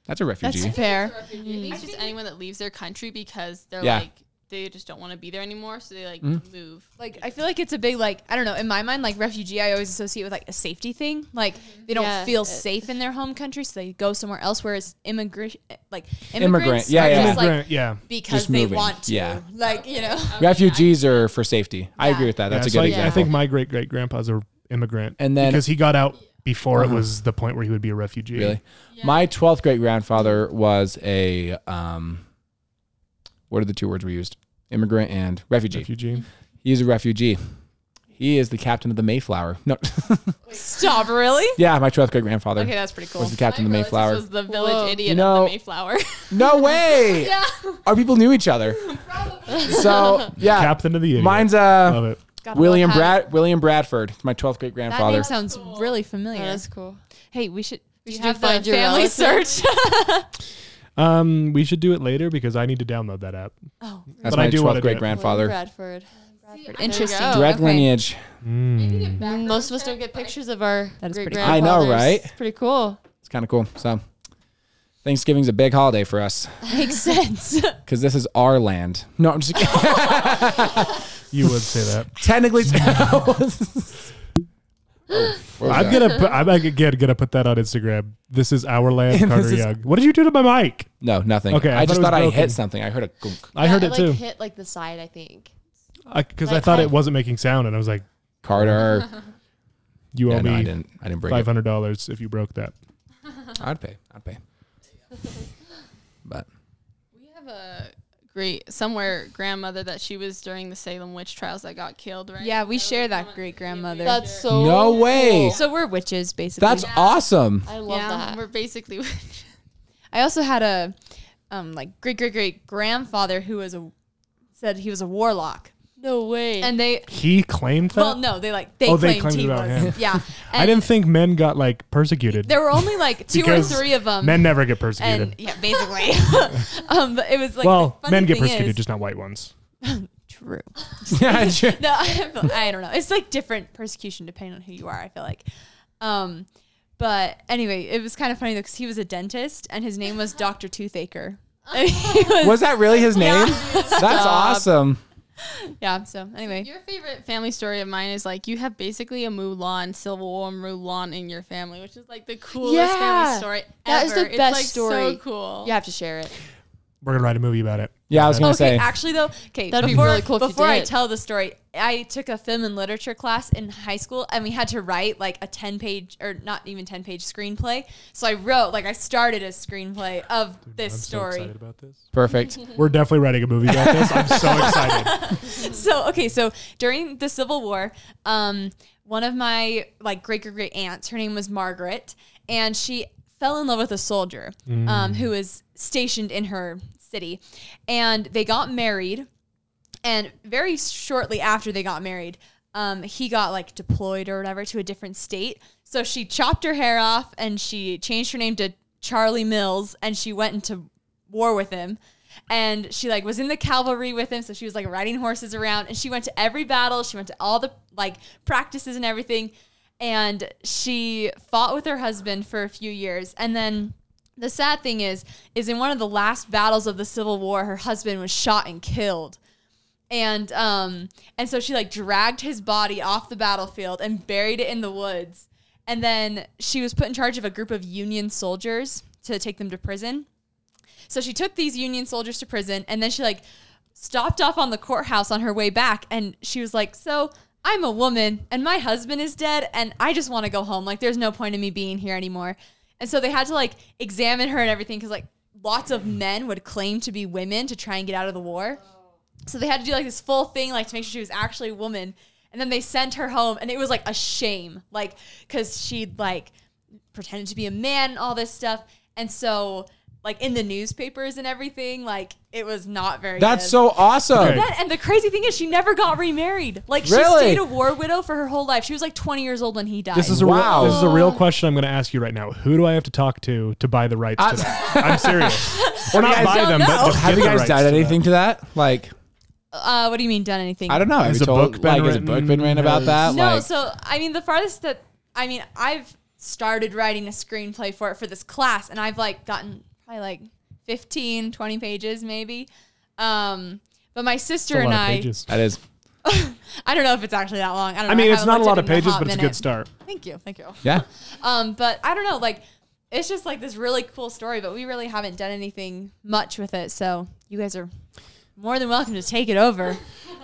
Speaker 2: That's a refugee.
Speaker 4: That's fair.
Speaker 5: I think it's just anyone that leaves their country because they're
Speaker 2: Yeah. Mm-hmm.
Speaker 5: like they just don't want to be there anymore, so they like move.
Speaker 4: Like I feel like it's a big like I don't know in my mind like refugee I always associate with like a safety thing like they don't
Speaker 3: Mm-hmm. Yeah.
Speaker 4: feel
Speaker 3: It-
Speaker 4: safe in their home country so they go somewhere else whereas immigrant like
Speaker 2: Immigrant,
Speaker 4: immigrants
Speaker 2: yeah,
Speaker 4: are
Speaker 2: yeah.
Speaker 4: just, like,
Speaker 1: Immigrant, yeah.
Speaker 4: because
Speaker 2: Just
Speaker 4: they
Speaker 2: moving,
Speaker 4: want to
Speaker 2: yeah.
Speaker 4: like you know
Speaker 2: Refugees are for safety. I agree with that. That's
Speaker 1: Yeah,
Speaker 2: a
Speaker 1: so
Speaker 2: good
Speaker 1: I-
Speaker 2: example.
Speaker 1: I think my great great grandpa's an immigrant,
Speaker 2: And then-
Speaker 1: because he got out before
Speaker 2: Uh-huh.
Speaker 1: it was the point where he would be a refugee.
Speaker 2: Really? My 12th great grandfather was a, um, what are the two words we used? Immigrant and refugee.
Speaker 1: refugee.
Speaker 2: He's a refugee. He is the captain of the Mayflower. No,
Speaker 4: stop really
Speaker 2: yeah, my 12th great grandfather
Speaker 5: Okay, that's pretty cool.
Speaker 2: was the captain of the
Speaker 5: I realized
Speaker 2: Mayflower.
Speaker 5: This was the village
Speaker 3: Whoa.
Speaker 5: idiot
Speaker 2: You
Speaker 5: of
Speaker 2: know-
Speaker 5: the Mayflower.
Speaker 2: no way. Our people knew each other. So, yeah.
Speaker 1: Captain of the idiot.
Speaker 2: Mine's
Speaker 1: Love
Speaker 2: uh,
Speaker 1: it.
Speaker 3: Gotta
Speaker 2: William
Speaker 3: love how-
Speaker 2: Brad William Bradford. It's my 12th great
Speaker 4: that
Speaker 2: grandfather.
Speaker 4: name sounds really familiar
Speaker 3: Oh, that's cool.
Speaker 4: hey we should we
Speaker 3: should
Speaker 4: should
Speaker 3: do
Speaker 4: have the
Speaker 3: Find Your
Speaker 4: family
Speaker 3: Relative.
Speaker 4: search
Speaker 1: Um, we should do it later because I need to download that app.
Speaker 4: oh
Speaker 2: That's
Speaker 1: But I
Speaker 2: my
Speaker 1: do wanna
Speaker 2: 12th
Speaker 1: do it.
Speaker 2: great grandfather.
Speaker 3: Bradford. Bradford.
Speaker 4: interesting
Speaker 3: There you go.
Speaker 2: Direct
Speaker 4: Oh, Okay.
Speaker 2: lineage.
Speaker 1: Mm.
Speaker 3: Most of us don't get pictures of our
Speaker 4: That is
Speaker 3: great
Speaker 4: pretty cool.
Speaker 2: I know,
Speaker 3: grandfathers.
Speaker 2: right?
Speaker 3: It's pretty cool.
Speaker 2: It's kind of cool. So, Thanksgiving's a big holiday for us
Speaker 4: makes sense
Speaker 2: because this is our land. No, I'm just kidding.
Speaker 1: You would say that.
Speaker 2: technically.
Speaker 1: I'm gonna put, I'm again gonna put that on Instagram. This is our land,
Speaker 2: This
Speaker 1: Carter
Speaker 2: is-
Speaker 1: Young. What did you do to my mic?
Speaker 2: no, nothing.
Speaker 1: Okay, I
Speaker 2: I, just
Speaker 1: thought
Speaker 2: thought
Speaker 1: it
Speaker 2: I
Speaker 1: was broken.
Speaker 2: hit something. I heard a gunk.
Speaker 1: I heard it
Speaker 3: like,
Speaker 1: too
Speaker 3: Hit like the side, I think.
Speaker 1: because I
Speaker 3: like,
Speaker 1: thought
Speaker 3: I-
Speaker 1: it wasn't making sound, and I was like,
Speaker 2: Carter.
Speaker 1: "You owe
Speaker 2: yeah, no, I
Speaker 1: me
Speaker 2: didn't. I didn't break
Speaker 1: five
Speaker 2: it.
Speaker 1: hundred dollars if you broke that."
Speaker 2: I'd pay. I'd pay. But
Speaker 5: We have a great somewhere grandmother that she was during the Salem witch trials that got killed, right?
Speaker 4: yeah we share that great grandmother
Speaker 3: That's so.
Speaker 2: No way.
Speaker 3: cool.
Speaker 4: so we're witches basically
Speaker 2: that's awesome.
Speaker 3: I love
Speaker 5: yeah.
Speaker 3: that.
Speaker 5: We're basically
Speaker 4: I also had a um, like great great great grandfather who was a said he was a warlock,
Speaker 3: no way.
Speaker 4: and they
Speaker 1: He claimed that.
Speaker 4: well no they like they
Speaker 1: Oh, they
Speaker 4: claimed,
Speaker 1: claimed
Speaker 4: he
Speaker 1: it about
Speaker 4: was
Speaker 1: him.
Speaker 4: yeah.
Speaker 1: I
Speaker 4: And
Speaker 1: didn't think men got like persecuted.
Speaker 4: There were only like two or
Speaker 1: Because
Speaker 4: three of them,
Speaker 1: men never get
Speaker 4: um, and
Speaker 1: persecuted.
Speaker 4: yeah, basically. um, but it was like
Speaker 1: well,
Speaker 4: the funny
Speaker 1: men get
Speaker 4: thing
Speaker 1: persecuted,
Speaker 4: is-
Speaker 1: just not white ones.
Speaker 4: true.
Speaker 2: Yeah, sure.
Speaker 4: No, I, feel, I don't know. It's like different persecution depending on who you are. I feel like. Um, but anyway, it was kind of funny though because he was a dentist and his name was Doctor Toothaker. And he was-
Speaker 2: was that really his name? That's awesome.
Speaker 4: yeah. So anyway,
Speaker 5: Your favorite family story of mine is like you have basically a Mulan, Civil War Mulan in your family, which is like the coolest
Speaker 3: Yeah.
Speaker 5: family story
Speaker 3: That
Speaker 5: ever.
Speaker 3: is the
Speaker 5: it's
Speaker 3: best
Speaker 5: like
Speaker 3: story.
Speaker 5: So cool.
Speaker 3: you have to share it.
Speaker 1: We're gonna write a movie about it.
Speaker 2: Yeah, I was
Speaker 1: Uh,
Speaker 2: gonna
Speaker 4: Okay,
Speaker 2: say.
Speaker 4: actually though, okay,
Speaker 3: That'd be
Speaker 4: before,
Speaker 3: really cool if you
Speaker 4: before I
Speaker 3: did.
Speaker 4: tell the story, I took a film and literature class in high school, and we had to write like a ten page or not even ten page screenplay. So I wrote like I started a screenplay of this
Speaker 1: I'm so
Speaker 4: story.
Speaker 1: excited about this.
Speaker 2: Perfect.
Speaker 1: We're definitely writing a movie about this. I'm so excited.
Speaker 4: so okay, so during the Civil War, um, one of my like great great great aunts, her name was Margaret, and she fell in love with a soldier um,
Speaker 1: Mm.
Speaker 4: who was stationed in her city, and they got married. And very shortly after they got married, um, he got like deployed or whatever to a different state. So she chopped her hair off and she changed her name to Charlie Mills and she went into war with him. And she like was in the cavalry with him, so she was like riding horses around. And she went to every battle. She went to all the like practices and everything. And she fought with her husband for a few years. And then the sad thing is, is in one of the last battles of the Civil War, her husband was shot and killed and um and so she like dragged his body off the battlefield and buried it in the woods and then she was put in charge of a group of union soldiers to take them to prison so she took these union soldiers to prison and then she like stopped off on the courthouse on her way back and she was like so i'm a woman and my husband is dead and i just want to go home like there's no point in me being here anymore and so they had to like examine her and everything because like lots of men would claim to be women to try and get out of the war so they had to do like this full thing, like to make sure she was actually a woman. And then they sent her home, and it was like a shame, like because she'd like pretended to be a man and all this stuff. And so, like in the newspapers and everything, like it was not very.
Speaker 2: That's
Speaker 4: good.
Speaker 2: so awesome.
Speaker 1: Okay.
Speaker 4: That- and the crazy thing is, she never got remarried. Like
Speaker 2: Really?
Speaker 4: she stayed a war widow for her whole life. She was like 20 years old when he died.
Speaker 1: This is a
Speaker 2: Wow.
Speaker 1: real, this is a real question I'm going to ask you right now. Who do I have to talk to to buy the rights to that? I'm serious. Or not
Speaker 2: guys
Speaker 1: buy
Speaker 4: don't
Speaker 1: them,
Speaker 4: know.
Speaker 1: but just
Speaker 2: Have
Speaker 1: get
Speaker 2: you
Speaker 1: the
Speaker 2: guys
Speaker 1: rights
Speaker 2: done
Speaker 1: to that.
Speaker 2: anything to that? Like,
Speaker 4: uh, what do you mean done anything?
Speaker 2: I don't know. Have
Speaker 1: Has
Speaker 2: you
Speaker 1: a
Speaker 2: told,
Speaker 1: book been
Speaker 2: like, has a book been
Speaker 1: written?
Speaker 2: written about
Speaker 1: Has-
Speaker 2: that?
Speaker 4: No,
Speaker 2: like,
Speaker 4: so I mean the farthest that I mean I've started writing a screenplay for it for this class and I've like gotten probably like 15, 20 pages maybe. Um But my sister
Speaker 1: It's a
Speaker 4: and
Speaker 1: lot of
Speaker 4: I,
Speaker 1: pages.
Speaker 2: That is.
Speaker 4: I don't know if it's actually that long. I don't.
Speaker 1: I
Speaker 4: know.
Speaker 1: mean, it's
Speaker 4: haven't
Speaker 1: not a
Speaker 4: looked
Speaker 1: lot
Speaker 4: it
Speaker 1: of
Speaker 4: in a
Speaker 1: pages,
Speaker 4: hot
Speaker 1: but it's a
Speaker 4: minute.
Speaker 1: good start.
Speaker 4: Thank you, thank you.
Speaker 2: Yeah.
Speaker 4: Um, but I don't know, like it's just like this really cool story, but we really haven't done anything much with it. So you guys are more than welcome to take it over.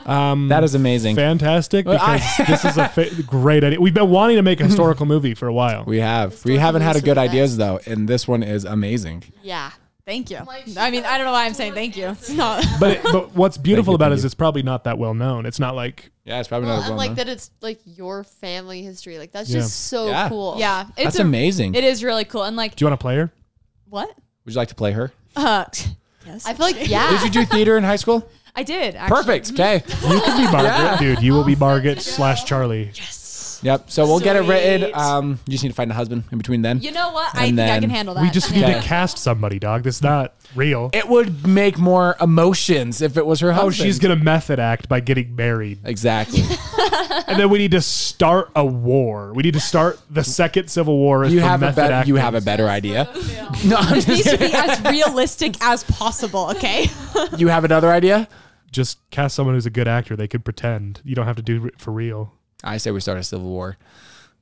Speaker 1: Um,
Speaker 2: That is amazing.
Speaker 1: fantastic
Speaker 2: Well, I-
Speaker 1: because this is a fa- great idea. We've been wanting to make a historical movie for a while.
Speaker 2: We have. We
Speaker 3: Historical
Speaker 2: haven't had a
Speaker 3: use
Speaker 2: good
Speaker 3: of that.
Speaker 2: ideas though, and this one is amazing.
Speaker 3: Yeah.
Speaker 4: Thank you. I mean, I don't know why I'm saying thank you. It's not.
Speaker 1: But it, but what's beautiful
Speaker 2: you,
Speaker 1: about
Speaker 2: thank
Speaker 1: it is
Speaker 2: you.
Speaker 1: it's probably not that well known. It's not like
Speaker 2: Yeah, it's probably
Speaker 3: Well,
Speaker 2: not a well
Speaker 3: and like
Speaker 2: known.
Speaker 3: that it's like your family history. Like that's
Speaker 1: Yeah.
Speaker 3: just so
Speaker 2: Yeah.
Speaker 3: cool.
Speaker 4: Yeah, it's
Speaker 2: That's
Speaker 4: a-
Speaker 2: amazing.
Speaker 4: It is really cool. And like,
Speaker 1: do you want to play her?
Speaker 4: what?
Speaker 2: Would you like to play her?
Speaker 4: Uh, yes,
Speaker 3: I feel like yeah.
Speaker 2: Did you do theater in high school?
Speaker 4: I did. Actually.
Speaker 2: Perfect. Okay.
Speaker 1: You can be Margaret,
Speaker 2: Yeah.
Speaker 1: dude. You will
Speaker 3: Oh,
Speaker 1: be Margaret slash Charlie.
Speaker 2: Yep. So we'll get it written.
Speaker 4: Sweet.
Speaker 2: Um, you just need to find a husband in between then.
Speaker 4: You know what? I
Speaker 2: And
Speaker 4: think I
Speaker 2: then
Speaker 4: can handle that.
Speaker 1: We just need
Speaker 2: Yeah.
Speaker 1: to cast somebody, dog. That's not real.
Speaker 2: It would make more emotions if it was her
Speaker 1: Oh,
Speaker 2: husband.
Speaker 1: she's gonna method act by getting married,
Speaker 2: Exactly.
Speaker 1: and then we need to start a war. We need to start the second civil war. Is
Speaker 2: You
Speaker 1: for
Speaker 2: have a
Speaker 1: method
Speaker 2: better. You
Speaker 1: actors.
Speaker 2: have a better idea. No, I'm just
Speaker 4: needs to be
Speaker 2: kidding.
Speaker 4: as realistic as possible. Okay.
Speaker 2: You have another idea.
Speaker 1: Just cast someone who's a good actor. They could pretend. You don't have to do it for real.
Speaker 2: I say we start a civil war.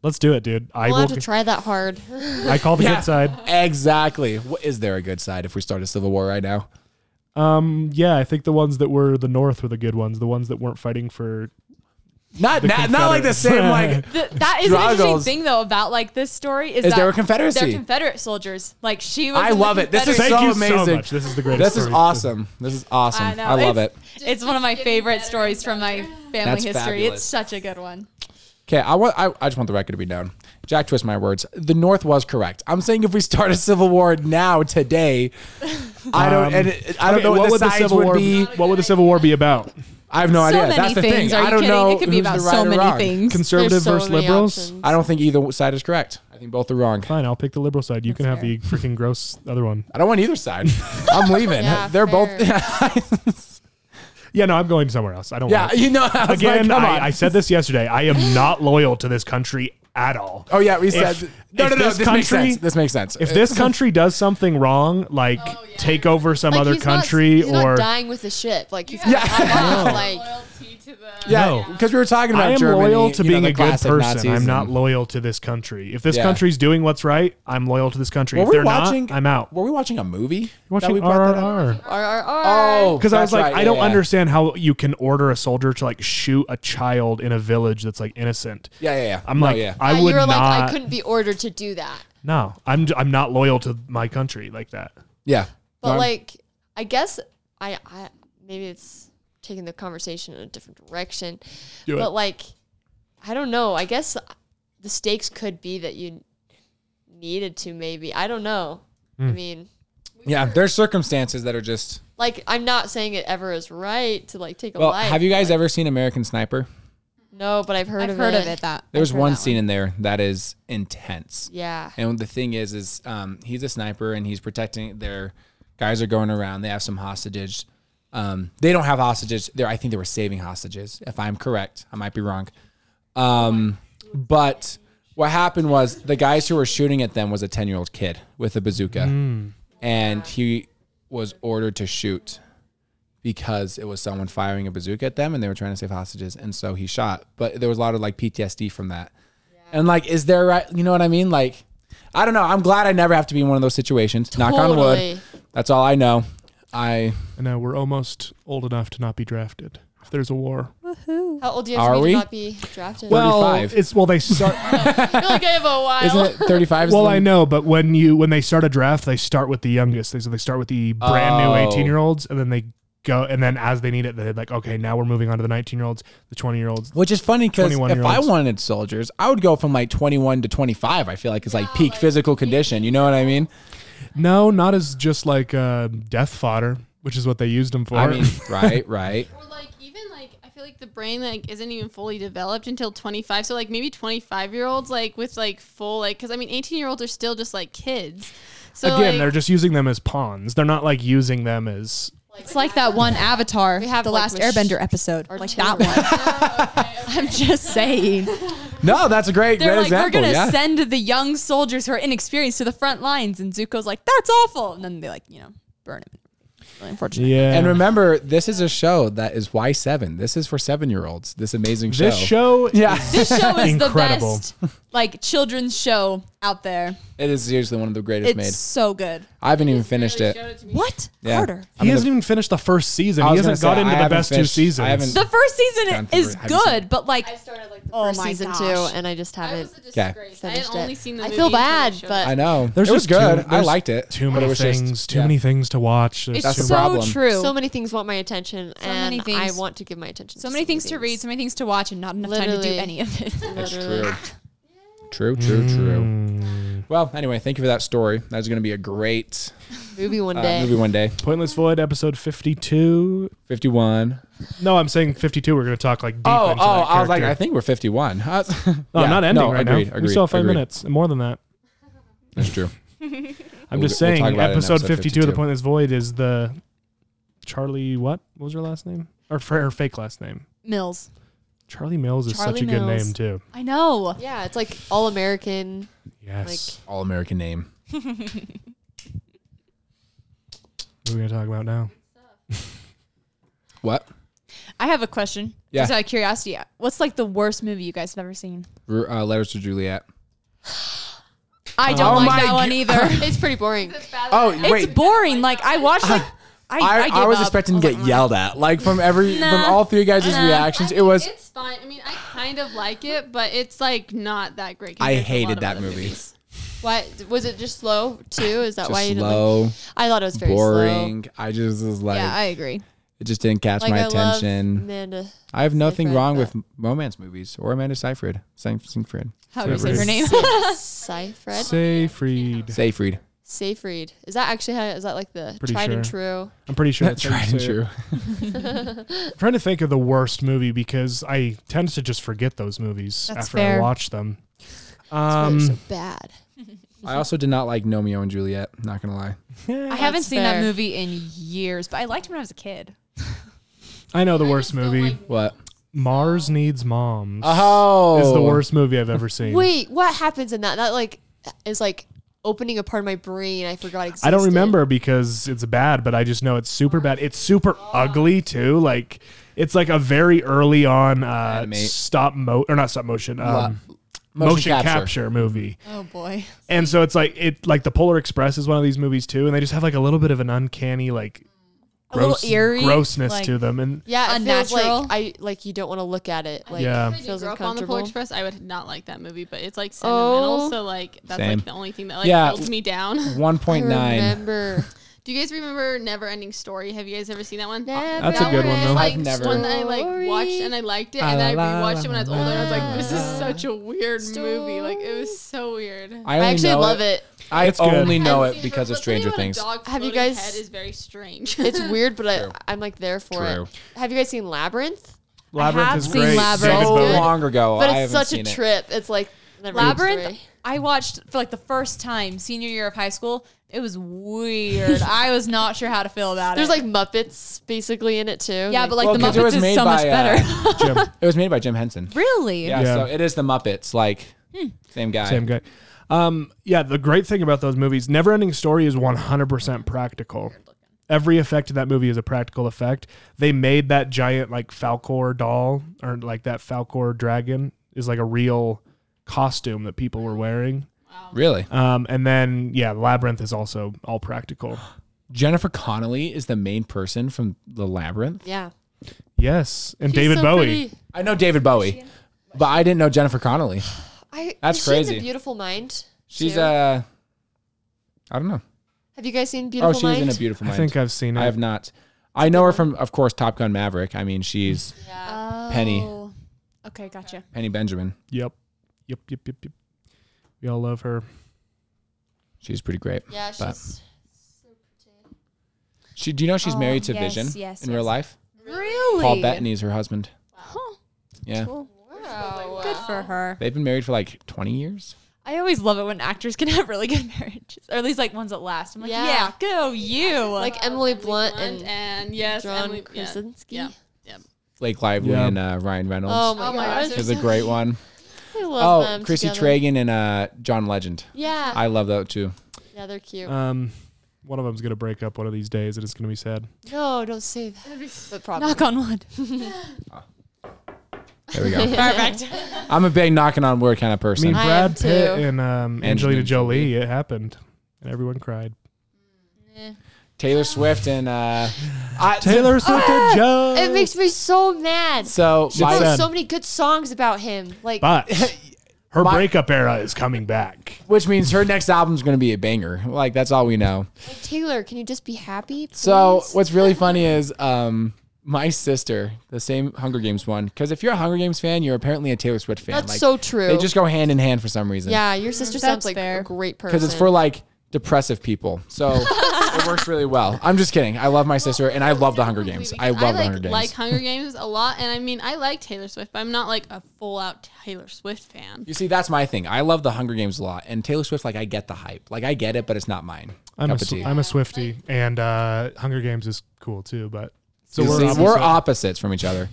Speaker 1: Let's do it, dude. I
Speaker 3: We'll
Speaker 1: will.
Speaker 3: have to try that hard.
Speaker 1: I call the
Speaker 2: Yeah.
Speaker 1: good side.
Speaker 2: Exactly. What is there a good side if we start a civil war right now?
Speaker 1: Um, yeah, I think the ones that were the North were the good ones. The ones that weren't fighting for
Speaker 2: Not not, not like the
Speaker 1: Confederates.
Speaker 2: same like
Speaker 4: Th- that is an interesting
Speaker 2: Struggles.
Speaker 4: thing though about like this story is,
Speaker 2: Is
Speaker 4: that
Speaker 2: there a Confederacy?
Speaker 4: They're Confederate soldiers. Like she was.
Speaker 2: I
Speaker 4: in the
Speaker 2: love it. This is so
Speaker 4: Confederacy.
Speaker 1: Thank you so
Speaker 2: amazing.
Speaker 1: much. This is the greatest.
Speaker 2: This is
Speaker 1: story.
Speaker 2: awesome. This is awesome. I,
Speaker 4: know.
Speaker 2: love it.
Speaker 4: It's- It's one of my favorite stories from my family
Speaker 2: That's
Speaker 4: history.
Speaker 2: fabulous.
Speaker 4: It's such a good one.
Speaker 2: Okay, I want. I, I just want the record to be known. Jack, twist my words. The North was correct. I'm saying if we start a civil war now, today, I don't.
Speaker 1: Um,
Speaker 2: And it, I don't
Speaker 1: Okay,
Speaker 2: know what, the sides
Speaker 1: Civil
Speaker 2: would
Speaker 1: War
Speaker 2: be.
Speaker 1: What would the Civil War be about?
Speaker 2: I have no idea.
Speaker 4: so
Speaker 2: That's
Speaker 4: many
Speaker 2: the
Speaker 4: things.
Speaker 2: thing.
Speaker 4: Are you
Speaker 2: I don't
Speaker 4: kidding?
Speaker 2: know.
Speaker 4: It could be
Speaker 2: who's the
Speaker 4: about
Speaker 2: right
Speaker 4: so
Speaker 2: or
Speaker 4: many
Speaker 2: wrong.
Speaker 4: things.
Speaker 1: Conservative
Speaker 3: There's so
Speaker 1: versus
Speaker 3: many
Speaker 1: liberals.
Speaker 3: options.
Speaker 2: I don't think either side is correct. I think both are wrong.
Speaker 1: Fine, I'll pick the liberal side. You can have
Speaker 4: fair.
Speaker 1: the freaking gross other one.
Speaker 2: I don't want either side. I'm leaving.
Speaker 3: Yeah,
Speaker 2: They're
Speaker 3: fair.
Speaker 2: both.
Speaker 1: Yeah, no, I'm going somewhere else. I don't.
Speaker 2: yeah,
Speaker 1: want it.
Speaker 2: you know. I was
Speaker 1: Again,
Speaker 2: like, come
Speaker 1: I,
Speaker 2: on.
Speaker 1: I said this yesterday. I am not loyal to this country at all.
Speaker 2: oh yeah, we said. no,
Speaker 1: if
Speaker 2: no, no.
Speaker 1: this
Speaker 2: This, makes
Speaker 1: country-
Speaker 2: sense. This makes sense.
Speaker 1: If this country does something wrong, like take over some
Speaker 3: Oh, Like,
Speaker 1: other
Speaker 3: he's not-
Speaker 1: country
Speaker 3: he's
Speaker 1: or
Speaker 3: not dying with the ship. Like he's
Speaker 2: Yeah.
Speaker 3: not like
Speaker 5: Loyalty to the.
Speaker 2: yeah,
Speaker 1: No.
Speaker 2: because we were talking about
Speaker 1: I am
Speaker 2: Germany,
Speaker 1: loyal to
Speaker 2: you know,
Speaker 1: being
Speaker 2: the
Speaker 1: a good
Speaker 2: classic
Speaker 1: person.
Speaker 2: Nazis
Speaker 1: I'm not
Speaker 2: and-
Speaker 1: loyal to this country. If this
Speaker 2: Yeah.
Speaker 1: country's doing what's right, I'm loyal to this country.
Speaker 2: Were
Speaker 1: if
Speaker 2: we
Speaker 1: they're
Speaker 2: watching?
Speaker 1: not, I'm out.
Speaker 2: Were we watching a movie? that
Speaker 1: Watching
Speaker 2: we brought that up?
Speaker 1: RRR.
Speaker 3: R R R.
Speaker 2: Oh,
Speaker 1: Because I was
Speaker 2: that's
Speaker 1: like,
Speaker 2: right,
Speaker 1: I
Speaker 2: yeah,
Speaker 1: don't
Speaker 2: yeah.
Speaker 1: understand how you can order a soldier to like shoot a child in a village that's like innocent.
Speaker 2: Yeah, yeah, yeah.
Speaker 1: I'm
Speaker 2: No,
Speaker 1: like,
Speaker 2: yeah.
Speaker 1: I
Speaker 3: Yeah,
Speaker 1: would
Speaker 3: you
Speaker 1: not.
Speaker 3: were like, I couldn't be ordered to do that.
Speaker 1: no, I'm I'm not loyal to my country like that.
Speaker 2: yeah.
Speaker 3: But
Speaker 2: Darn.
Speaker 3: like, I guess I, I maybe it's taking the conversation in a different direction.
Speaker 1: Do
Speaker 3: but
Speaker 1: it.
Speaker 3: like, I don't know. I guess the stakes could be that you needed to maybe. I don't know.
Speaker 2: Hmm.
Speaker 3: I mean,
Speaker 2: yeah, there's circumstances that are just.
Speaker 3: like I'm not saying it ever is right to like take a
Speaker 2: Well,
Speaker 3: life.
Speaker 2: have you guys ever seen American Sniper?
Speaker 3: No, but I've heard
Speaker 4: I've
Speaker 3: of
Speaker 4: heard
Speaker 3: it.
Speaker 4: of it. That
Speaker 2: There's
Speaker 4: I've heard
Speaker 2: one
Speaker 4: that
Speaker 2: scene in there that is intense.
Speaker 3: Yeah.
Speaker 2: And the thing is, is um, he's a sniper and he's protecting their guys are going around. They have some hostages. Um, they don't have hostages. There, I think they were saving hostages. If I'm correct, I might be wrong. Um, but what happened was the guys who were shooting at them was a ten year old kid with a bazooka, and he was ordered to shoot because it was someone firing a bazooka at them and they were trying to save hostages, and so he shot. But there was a lot of like PTSD from that. And like, is there right? You know what I mean? Like, I don't know. I'm glad I never have to be in one of those situations. Knock on wood.
Speaker 3: Totally.
Speaker 2: That's all I know. I
Speaker 1: And uh, we're almost old enough to not be drafted. If there's a war,
Speaker 3: How old do you have
Speaker 2: Are
Speaker 3: to be
Speaker 2: we?
Speaker 3: to not be drafted?
Speaker 2: Well- 35.
Speaker 1: it's well they start.
Speaker 3: I feel like I have a while.
Speaker 2: isn't it 35? is
Speaker 1: well,
Speaker 2: the-
Speaker 1: I know, but when you when they start a draft, they start with the youngest. They so they start with the brand
Speaker 2: Oh.
Speaker 1: new 18 year olds, and then they go, and then as they need it, they're like, okay, now we're moving on to the 19 year olds, the 20 year olds.
Speaker 2: Which is funny because if
Speaker 1: 21-year-olds.
Speaker 2: I wanted soldiers, I would go from like 21 to 25. I feel like it's like peak physical condition. You know what I mean?
Speaker 1: No, not as just like uh, death fodder, which is what they used them for.
Speaker 2: I mean, right, right.
Speaker 5: Or like even like I feel like the brain like isn't even fully developed until 25. So like maybe 25 year olds like with like full like because I mean 18 year olds are still just like kids. So
Speaker 1: Again,
Speaker 5: like,
Speaker 1: they're just using them as pawns. They're not like using them as
Speaker 4: It's like that one Avatar,
Speaker 3: have,
Speaker 4: the
Speaker 3: like,
Speaker 4: last
Speaker 3: mach-
Speaker 4: Airbender episode,
Speaker 3: or
Speaker 4: like
Speaker 3: two
Speaker 4: that one. I'm just saying.
Speaker 2: No, that's a great,
Speaker 4: They're
Speaker 2: great
Speaker 4: like
Speaker 2: example.
Speaker 4: they're gonna
Speaker 2: yeah.
Speaker 4: send the young soldiers who are inexperienced to the front lines, and Zuko's like, "That's awful," and then they like you know burn him. Really unfortunate.
Speaker 1: Yeah.
Speaker 2: And remember, this is a show that is Y7. This is for seven year olds. This amazing show.
Speaker 1: this show,
Speaker 2: Yeah.
Speaker 4: This show is
Speaker 1: Incredible.
Speaker 4: the best like children's show out there.
Speaker 2: it is seriously one of the greatest
Speaker 4: It's
Speaker 2: made.
Speaker 4: so good.
Speaker 2: I haven't even finished it.
Speaker 4: What?
Speaker 2: Yeah.
Speaker 4: Harder.
Speaker 1: he hasn't even finished the first season.
Speaker 2: I
Speaker 1: He
Speaker 2: was
Speaker 1: hasn't got
Speaker 2: gonna say, I
Speaker 1: into the
Speaker 2: haven't
Speaker 1: best two
Speaker 2: finished- I haven't-
Speaker 1: seasons.
Speaker 4: The first season
Speaker 2: Gone through
Speaker 4: is
Speaker 2: it. Have you seen
Speaker 4: good, but like
Speaker 5: I started like the
Speaker 4: Oh
Speaker 5: first
Speaker 4: my
Speaker 3: season
Speaker 4: gosh.
Speaker 3: two, and I just
Speaker 5: I
Speaker 3: haven't.
Speaker 5: was a
Speaker 2: Okay.
Speaker 5: disgrace. I had
Speaker 3: Finished
Speaker 5: only
Speaker 3: it.
Speaker 5: seen the
Speaker 3: I
Speaker 5: movie
Speaker 3: feel
Speaker 5: until they
Speaker 3: bad,
Speaker 5: showed
Speaker 3: but-
Speaker 2: I know.
Speaker 1: There's
Speaker 2: it was
Speaker 1: just
Speaker 2: good.
Speaker 1: Too,
Speaker 2: I
Speaker 1: there's
Speaker 2: liked it.
Speaker 1: Too
Speaker 2: but
Speaker 1: many
Speaker 2: it was just-
Speaker 1: things. too
Speaker 2: yeah.
Speaker 1: many things to watch. There's
Speaker 4: it's
Speaker 2: That's
Speaker 1: too
Speaker 2: the
Speaker 4: so
Speaker 2: problem.
Speaker 4: true.
Speaker 3: So many things want my attention,
Speaker 4: So many
Speaker 3: and I
Speaker 4: things.
Speaker 3: want to give my attention.
Speaker 4: So
Speaker 3: to
Speaker 4: many things to read, so many things to watch, and not enough time to do
Speaker 3: Literally.
Speaker 4: any of it.
Speaker 2: That's
Speaker 3: Literally.
Speaker 2: true. True, true, true.
Speaker 1: Mm.
Speaker 2: Well, anyway, thank you for that story. That's going to be a great
Speaker 3: Movie one
Speaker 2: uh,
Speaker 3: day.
Speaker 2: movie one day.
Speaker 1: Pointless Void episode 52.
Speaker 2: 51.
Speaker 1: No, I'm saying 52. We're going to talk like deep
Speaker 2: Oh,
Speaker 1: into
Speaker 2: oh,
Speaker 1: that
Speaker 2: I was like,
Speaker 1: character.
Speaker 2: I think we're 51. no,
Speaker 1: No, I'm not ending right now. we still have five minutes and more than that.
Speaker 2: That's true.
Speaker 1: I'm
Speaker 2: We'll
Speaker 1: just
Speaker 2: get- we'll
Speaker 1: saying,
Speaker 2: talk about it in
Speaker 1: episode,
Speaker 2: episode
Speaker 1: 52, of The
Speaker 2: 52.
Speaker 1: Pointless Void is the Charlie, what? What was her last name? Or for her fake last name.
Speaker 4: Mills.
Speaker 1: Charlie Mills is such
Speaker 4: Charlie
Speaker 1: a good
Speaker 4: Mills.
Speaker 1: name, too.
Speaker 4: I know.
Speaker 3: Yeah, it's like all American.
Speaker 1: Yes.
Speaker 2: All American name.
Speaker 1: what are we going to talk about now?
Speaker 2: What?
Speaker 4: I have a question.
Speaker 2: Yeah.
Speaker 4: Just out of curiosity, what's like the worst movie you guys have ever seen?
Speaker 2: R- Uh, Letters to Juliet.
Speaker 4: I
Speaker 2: Oh
Speaker 4: don't
Speaker 2: my
Speaker 4: like that one either.
Speaker 3: It's pretty boring.
Speaker 2: Oh,
Speaker 4: it's boring. Like I watched like I I,
Speaker 2: I,
Speaker 4: gave
Speaker 2: I, was
Speaker 4: up.
Speaker 2: expecting to
Speaker 4: I was
Speaker 2: get
Speaker 4: like,
Speaker 2: yelled at, like from every from
Speaker 4: Nah.
Speaker 2: all three guys'
Speaker 4: Nah.
Speaker 2: reactions. It was
Speaker 5: It's fine. I mean, I kind of like it, but it's like not that great.
Speaker 2: I
Speaker 5: compared to a lot
Speaker 2: hated
Speaker 5: of
Speaker 2: that
Speaker 5: other
Speaker 2: movie.
Speaker 5: movies.
Speaker 3: Why was it just slow too? Is that
Speaker 2: Just
Speaker 3: why you didn't? Like,
Speaker 2: slow,
Speaker 3: I thought it was very slow.
Speaker 2: boring. I just was like,
Speaker 4: Yeah, I agree.
Speaker 2: it just didn't catch
Speaker 3: Like
Speaker 2: my
Speaker 3: I love
Speaker 2: attention.
Speaker 3: Amanda.
Speaker 2: I have nothing
Speaker 3: Seyfried,
Speaker 2: wrong
Speaker 3: but-
Speaker 2: with romance movies or Amanda Seyfried. Sey- Seyfried.
Speaker 4: How do you say
Speaker 1: Whatever.
Speaker 4: her name?
Speaker 3: Seyfried.
Speaker 1: Seyfried.
Speaker 2: Seyfried.
Speaker 3: Seyfried. Is that actually how? Is that like the
Speaker 1: Pretty
Speaker 3: tried and true?
Speaker 1: I'm pretty sure that's how you
Speaker 2: Tried and
Speaker 1: say it.
Speaker 2: true.
Speaker 1: I'm trying to think of the worst movie because I tend to just forget those movies
Speaker 4: That's
Speaker 1: after I
Speaker 4: fair.
Speaker 1: watch them.
Speaker 3: That's why they're
Speaker 1: Um,
Speaker 3: so bad.
Speaker 2: I also did not like Nomeo and Juliet. Not gonna lie.
Speaker 4: I haven't
Speaker 3: That's
Speaker 4: seen that
Speaker 3: fair.
Speaker 4: movie in years, but I liked it when I was a kid.
Speaker 1: I know the worst movie.
Speaker 2: What?
Speaker 1: Mars Needs Moms
Speaker 2: Oh,
Speaker 1: is the worst movie I've ever seen.
Speaker 3: Wait, what happens in that? That like is like opening a part of my brain I forgot existed.
Speaker 1: I don't remember because it's bad, but I just know it's super bad. It's super ugly too. Like it's like a very early on uh,
Speaker 2: Animate.
Speaker 1: stop mo or not stop motion um, motion, capture. movie.
Speaker 4: Oh boy.
Speaker 1: And so it's like it like the Polar Express is one of these movies too, and they just have like a little bit of an uncanny like
Speaker 4: A little
Speaker 1: gross,
Speaker 4: eerie,
Speaker 1: grossness
Speaker 4: like-
Speaker 1: to them. And
Speaker 3: Yeah, it
Speaker 4: Unnatural.
Speaker 3: feels like I like you don't want to look at it. Like
Speaker 2: Um,
Speaker 1: Yeah.
Speaker 3: it
Speaker 5: If I did
Speaker 3: feels
Speaker 5: grow up on the
Speaker 3: uncomfortable.
Speaker 5: Polar Express, I would not like that movie, but it's like sentimental,
Speaker 3: Oh.
Speaker 5: so like that's
Speaker 2: Same.
Speaker 5: like the only thing that like
Speaker 2: Yeah.
Speaker 5: holds me down.
Speaker 2: One
Speaker 3: I
Speaker 2: point nine.
Speaker 3: remember.
Speaker 5: Do you guys remember Never Ending Story? Have you guys ever seen that one?
Speaker 1: That's a good one, though.
Speaker 5: It's, like,
Speaker 2: I've never-
Speaker 5: one that I like watched and I liked it, and then
Speaker 2: La,
Speaker 5: I
Speaker 2: la,
Speaker 5: rewatched it when I was
Speaker 2: la,
Speaker 5: older. and I was
Speaker 3: la,
Speaker 5: like, this is
Speaker 3: la.
Speaker 5: such a weird movie. Like it was so weird.
Speaker 2: I,
Speaker 3: I
Speaker 2: only
Speaker 3: actually
Speaker 2: know
Speaker 3: love it.
Speaker 2: I
Speaker 1: It's good.
Speaker 2: only know
Speaker 5: I've
Speaker 2: it
Speaker 5: seen
Speaker 2: because
Speaker 5: her-
Speaker 2: of
Speaker 5: but something
Speaker 2: Stranger
Speaker 5: about a
Speaker 2: Things.
Speaker 5: dog
Speaker 3: Have you
Speaker 5: floating
Speaker 3: guys-
Speaker 5: Head is very strange.
Speaker 3: It's weird, but
Speaker 2: True.
Speaker 3: I, I'm like there for
Speaker 2: True.
Speaker 3: it. Have you guys seen Labyrinth?
Speaker 1: Labyrinth
Speaker 4: have
Speaker 1: is
Speaker 4: seen
Speaker 1: great.
Speaker 4: Labyrinth.
Speaker 1: David
Speaker 2: So
Speaker 1: Bowie.
Speaker 2: long ago,
Speaker 3: but
Speaker 2: I
Speaker 3: it's
Speaker 2: haven't
Speaker 3: such a
Speaker 2: seen it.
Speaker 3: trip. It's like never
Speaker 4: Labyrinth. I watched for like the first time senior year of high school. It was weird. I was not sure how to feel about
Speaker 3: There's like
Speaker 4: it.
Speaker 3: Muppets basically in it too.
Speaker 4: yeah, but like
Speaker 2: Well,
Speaker 4: the
Speaker 2: 'cause it
Speaker 4: Muppets
Speaker 2: was
Speaker 4: is
Speaker 2: made
Speaker 4: so much
Speaker 2: by, uh,
Speaker 4: better.
Speaker 1: Jim,
Speaker 2: It was made by Jim Henson.
Speaker 4: really?
Speaker 2: Yeah,
Speaker 1: Yeah.
Speaker 2: so it is the Muppets, like
Speaker 3: Hmm.
Speaker 2: same guy.
Speaker 1: same guy. Um, yeah, the great thing about those movies, Never Ending Story is 100% practical. Every effect in that movie is a practical effect. They made that giant like Falcor doll or like that Falcor dragon is like a real costume that people were wearing.
Speaker 2: Really,
Speaker 1: Um, and then yeah, Labyrinth is also all practical.
Speaker 2: Jennifer Connelly is the main person from The Labyrinth.
Speaker 3: yeah.
Speaker 1: Yes, and
Speaker 3: She's
Speaker 1: David
Speaker 3: so
Speaker 1: Bowie.
Speaker 3: pretty.
Speaker 2: I know David Bowie, but I didn't know Jennifer Connelly.
Speaker 3: I,
Speaker 2: That's
Speaker 3: is she in The
Speaker 2: crazy.
Speaker 3: beautiful mind.
Speaker 2: She's
Speaker 3: too?
Speaker 2: uh, I don't know.
Speaker 3: Have you guys seen
Speaker 2: Oh,
Speaker 3: Beautiful
Speaker 2: she was
Speaker 3: Mind?
Speaker 2: in a Beautiful
Speaker 1: I
Speaker 2: Mind.
Speaker 1: think I've seen it.
Speaker 2: I have not. I know her from, of course, Top Gun Maverick. I mean, she's
Speaker 3: yeah.
Speaker 4: Oh.
Speaker 2: Penny.
Speaker 4: Okay, gotcha.
Speaker 2: Penny Benjamin.
Speaker 1: yep. Yep, yep, yep, yep. We all love her.
Speaker 2: She's pretty great.
Speaker 3: yeah,
Speaker 2: but-
Speaker 3: she's
Speaker 2: She, do you know she's
Speaker 4: Oh,
Speaker 2: married
Speaker 3: Um,
Speaker 2: to
Speaker 4: yes,
Speaker 2: Vision
Speaker 4: yes,
Speaker 2: in
Speaker 4: yes.
Speaker 2: real life?
Speaker 4: Really?
Speaker 2: Paul Bettany's her husband.
Speaker 4: Huh.
Speaker 2: Yeah,
Speaker 4: Cool.
Speaker 3: wow.
Speaker 4: Good for her.
Speaker 2: they've been married for like 20 years.
Speaker 4: I always love it when actors can have really good marriages, or at least like ones that last. I'm like,
Speaker 3: Yeah.
Speaker 4: yeah, go you.
Speaker 3: Like Emily Blunt
Speaker 5: and,
Speaker 3: and
Speaker 5: and yes,
Speaker 3: John
Speaker 5: Emily, yeah.
Speaker 3: Krasinski.
Speaker 5: Yeah.
Speaker 2: Blake Lively
Speaker 1: Yeah.
Speaker 2: and uh, Ryan Reynolds.
Speaker 3: Oh my,
Speaker 5: Oh my
Speaker 3: gosh.
Speaker 5: gosh,
Speaker 2: is
Speaker 5: there's
Speaker 2: a great one.
Speaker 3: I love
Speaker 2: Oh,
Speaker 3: them
Speaker 2: Chrissy
Speaker 3: together.
Speaker 2: Traegan and uh, John Legend.
Speaker 3: Yeah.
Speaker 2: I love that too.
Speaker 3: yeah, they're cute.
Speaker 1: Um One of them's gonna break up one of these days, and it's gonna be sad.
Speaker 3: No, don't say that. But probably.
Speaker 4: Knock on wood.
Speaker 2: There we go.
Speaker 5: Perfect.
Speaker 2: I'm a big knocking on wood kind of
Speaker 1: I mean,
Speaker 2: person.
Speaker 3: I am
Speaker 1: Brad Pitt
Speaker 3: too.
Speaker 1: and um, Angelina
Speaker 2: Angelina
Speaker 1: Jolie. It happened, and everyone cried.
Speaker 2: Taylor Swift and uh, I,
Speaker 1: Taylor Swift and Joe.
Speaker 3: It makes me so mad.
Speaker 2: So
Speaker 1: She
Speaker 3: She
Speaker 2: my,
Speaker 1: said-
Speaker 3: wrote so many good songs about him. Like
Speaker 1: but her
Speaker 2: My-
Speaker 1: breakup era is coming back.
Speaker 2: which means her next album's gonna be a banger. Like that's all we know.
Speaker 3: Taylor, can you just be happy? Please?
Speaker 2: So what's really funny is um my sister, the same Hunger Games one, because if you're a Hunger Games fan, you're apparently a Taylor Swift fan.
Speaker 3: that's
Speaker 2: like
Speaker 3: so true.
Speaker 2: they just go hand in hand for some reason.
Speaker 3: yeah, your sister sounds
Speaker 4: that's
Speaker 3: like
Speaker 4: fair.
Speaker 3: a great person.
Speaker 2: Because it's for like depressive people. So it works really well. I'm just kidding. I love my sister and I love the Hunger Games. I love the
Speaker 5: like,
Speaker 2: Hunger Games.
Speaker 5: like Hunger Games a lot, and I mean, I like Taylor Swift, but I'm not like a full out Taylor Swift fan.
Speaker 2: you see, that's my thing. I love the Hunger Games a lot. And Taylor Swift, like I get the hype. Like I get it, but it's not mine.
Speaker 1: I'm a,
Speaker 2: Cup of
Speaker 1: Sw-
Speaker 2: tea.
Speaker 1: I'm a Swifty, and uh, Hunger Games is cool too. But so
Speaker 2: You
Speaker 1: we're
Speaker 2: see,
Speaker 1: opposite.
Speaker 2: we're opposites from each other.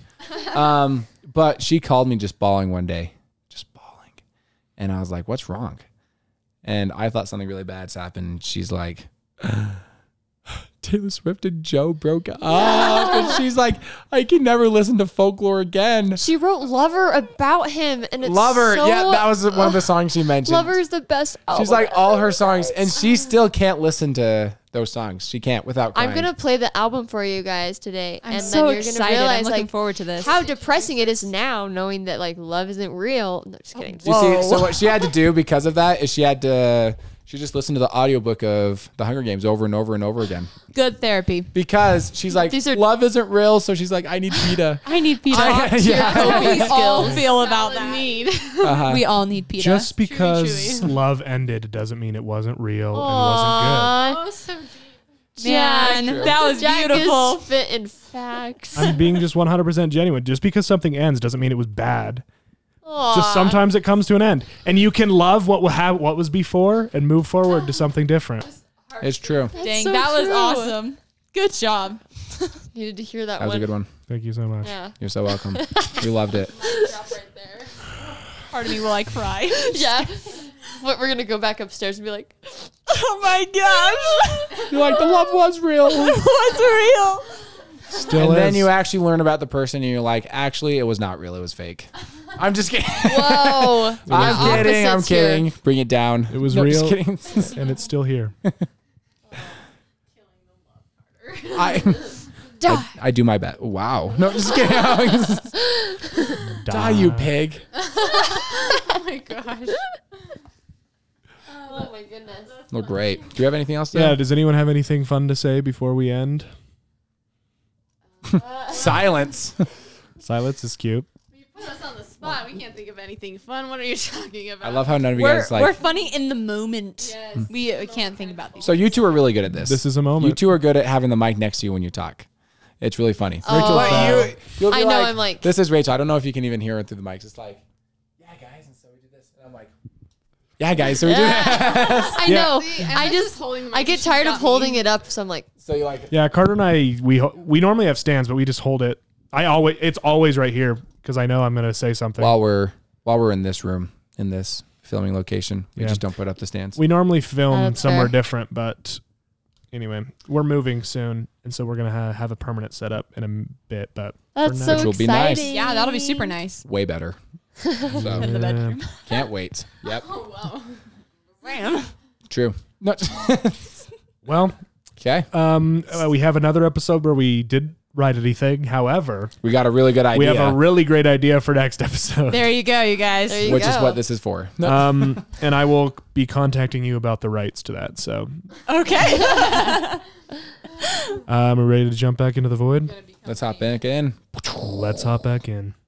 Speaker 2: Um, but she called me just bawling one day, just bawling, and I was like, "What's wrong?" And I thought something really bad's happened. She's like, "Taylor Swift and Joe broke up," and she's like, "I can never listen to folklore again."
Speaker 3: she wrote Lover about him, and it's
Speaker 2: Lover,
Speaker 3: So,
Speaker 2: yeah, that was one of the songs she mentioned.
Speaker 3: Lover is the best. Album.
Speaker 2: She's like all her songs, and she still can't listen to those songs. She can't without crying.
Speaker 3: I'm gonna play the album for you guys today,
Speaker 4: I'm
Speaker 3: and
Speaker 4: so
Speaker 3: then you're
Speaker 4: excited.
Speaker 3: gonna realize
Speaker 4: I'm looking
Speaker 3: like
Speaker 4: forward to this.
Speaker 3: how depressing it is now, knowing that like love isn't real. No, just kidding.
Speaker 2: Do you see, so what she had to do because of that is she had to she just listened to the audiobook of The Hunger Games over and over and over again
Speaker 4: Good therapy.
Speaker 2: because she's like
Speaker 3: These are-
Speaker 2: love isn't real so she's like I need PETA.
Speaker 4: I need Peter.
Speaker 2: I- yeah.
Speaker 4: we all feel about
Speaker 5: Valid
Speaker 4: that.
Speaker 5: need.
Speaker 2: Uh-huh.
Speaker 4: We all need Peter.
Speaker 1: just because love ended doesn't mean it wasn't real and wasn't
Speaker 3: Aw,
Speaker 5: oh, so
Speaker 4: Man,
Speaker 3: Jack-
Speaker 4: that was
Speaker 3: Jack
Speaker 4: beautiful.
Speaker 3: Is spitting facts.
Speaker 1: good. I'm being just 100% genuine. Just because something ends doesn't mean it was bad. Just sometimes it comes to an end, and you can love what will have what was before and move forward to something different.
Speaker 2: It's true.
Speaker 4: Dang,
Speaker 3: so
Speaker 4: that was
Speaker 3: true.
Speaker 4: awesome. Good job.
Speaker 3: Needed to hear that,
Speaker 2: That was
Speaker 3: one.
Speaker 2: a good one.
Speaker 1: Thank you so much.
Speaker 3: Yeah.
Speaker 2: You're so welcome. we loved it.
Speaker 4: Part of me will like cry.
Speaker 3: Yeah. But we're gonna go back upstairs and be like,
Speaker 4: oh my gosh.
Speaker 2: You're like the love was real.
Speaker 4: What's real?
Speaker 1: Still
Speaker 2: and then
Speaker 1: is.
Speaker 2: you actually learn about the person and you're like actually it was not real it was fake. I'm just kidding.
Speaker 3: "Whoa,
Speaker 2: I'm kidding. I'm
Speaker 3: opposites here.
Speaker 2: kidding. Bring it down. It
Speaker 1: was
Speaker 2: Just
Speaker 1: real.
Speaker 2: kidding.
Speaker 1: and it's still here.
Speaker 2: I, I I do my best. Wow. No, just kidding. Die, you pig.
Speaker 5: Uh. oh my gosh.
Speaker 3: Oh my goodness.
Speaker 2: Look great. Do you have anything else? To
Speaker 1: Yeah.
Speaker 2: add?
Speaker 1: Does anyone have anything fun to say before we end?
Speaker 2: Silence.
Speaker 1: Silence is cute.
Speaker 5: You put us on the spot. We can't think of anything fun. What are you talking about?
Speaker 2: I love how none of you
Speaker 4: We're,
Speaker 2: guys
Speaker 4: we're
Speaker 2: like.
Speaker 4: funny in the moment. We, we can't think about these.
Speaker 2: So you two are really good at this.
Speaker 1: This is a
Speaker 2: You
Speaker 1: moment.
Speaker 2: two are good at having the mic next to you when you talk. It's really funny.
Speaker 3: Oh.
Speaker 2: But you, you'll be
Speaker 3: I know, I'm like-
Speaker 2: This is Rachel. I don't know if you can even hear her through the mics. It's like, yeah, guys, and so we do this, and I'm like, yeah, guys, so we do that.
Speaker 3: I
Speaker 1: Yeah.
Speaker 3: know.
Speaker 5: See, and
Speaker 3: I
Speaker 5: this is
Speaker 3: just
Speaker 5: holding the mic
Speaker 3: I
Speaker 5: and
Speaker 3: get
Speaker 5: she's
Speaker 3: tired
Speaker 5: got
Speaker 3: of
Speaker 5: me.
Speaker 3: holding it up, so I'm like,
Speaker 2: So you're like,
Speaker 1: Yeah, Carter and I we ho- we normally have stands, but we just hold it. I always it's always right here because I know I'm gonna say something.
Speaker 2: while we're while we're in this room in this filming location, we
Speaker 1: Yeah.
Speaker 2: just don't put up the stands.
Speaker 1: we normally film
Speaker 3: That's
Speaker 1: somewhere
Speaker 3: fair.
Speaker 1: different, but anyway, we're moving soon, and so we're gonna ha- have a permanent setup in a m- bit. But
Speaker 3: that's
Speaker 1: now-
Speaker 3: so
Speaker 2: Which will be
Speaker 3: exciting.
Speaker 2: nice.
Speaker 4: yeah, that'll be super nice.
Speaker 2: Way better. So
Speaker 4: the
Speaker 1: Yeah.
Speaker 4: bedroom.
Speaker 2: can't wait. Yep,
Speaker 5: Oh,
Speaker 4: Ram.
Speaker 2: true. No.
Speaker 1: well,
Speaker 2: okay,
Speaker 1: um, uh, we have another episode where we did write anything. However,
Speaker 2: we got a really good idea.
Speaker 1: we have a really great idea for next episode.
Speaker 4: There you go, you guys.
Speaker 3: There you
Speaker 2: which
Speaker 3: go.
Speaker 2: is what this is for. No.
Speaker 1: um, and I will be contacting you about the rights to that. So
Speaker 4: Okay.
Speaker 1: um, we're ready to jump back into the void.
Speaker 2: Let's hop back in.
Speaker 1: Let's hop back in.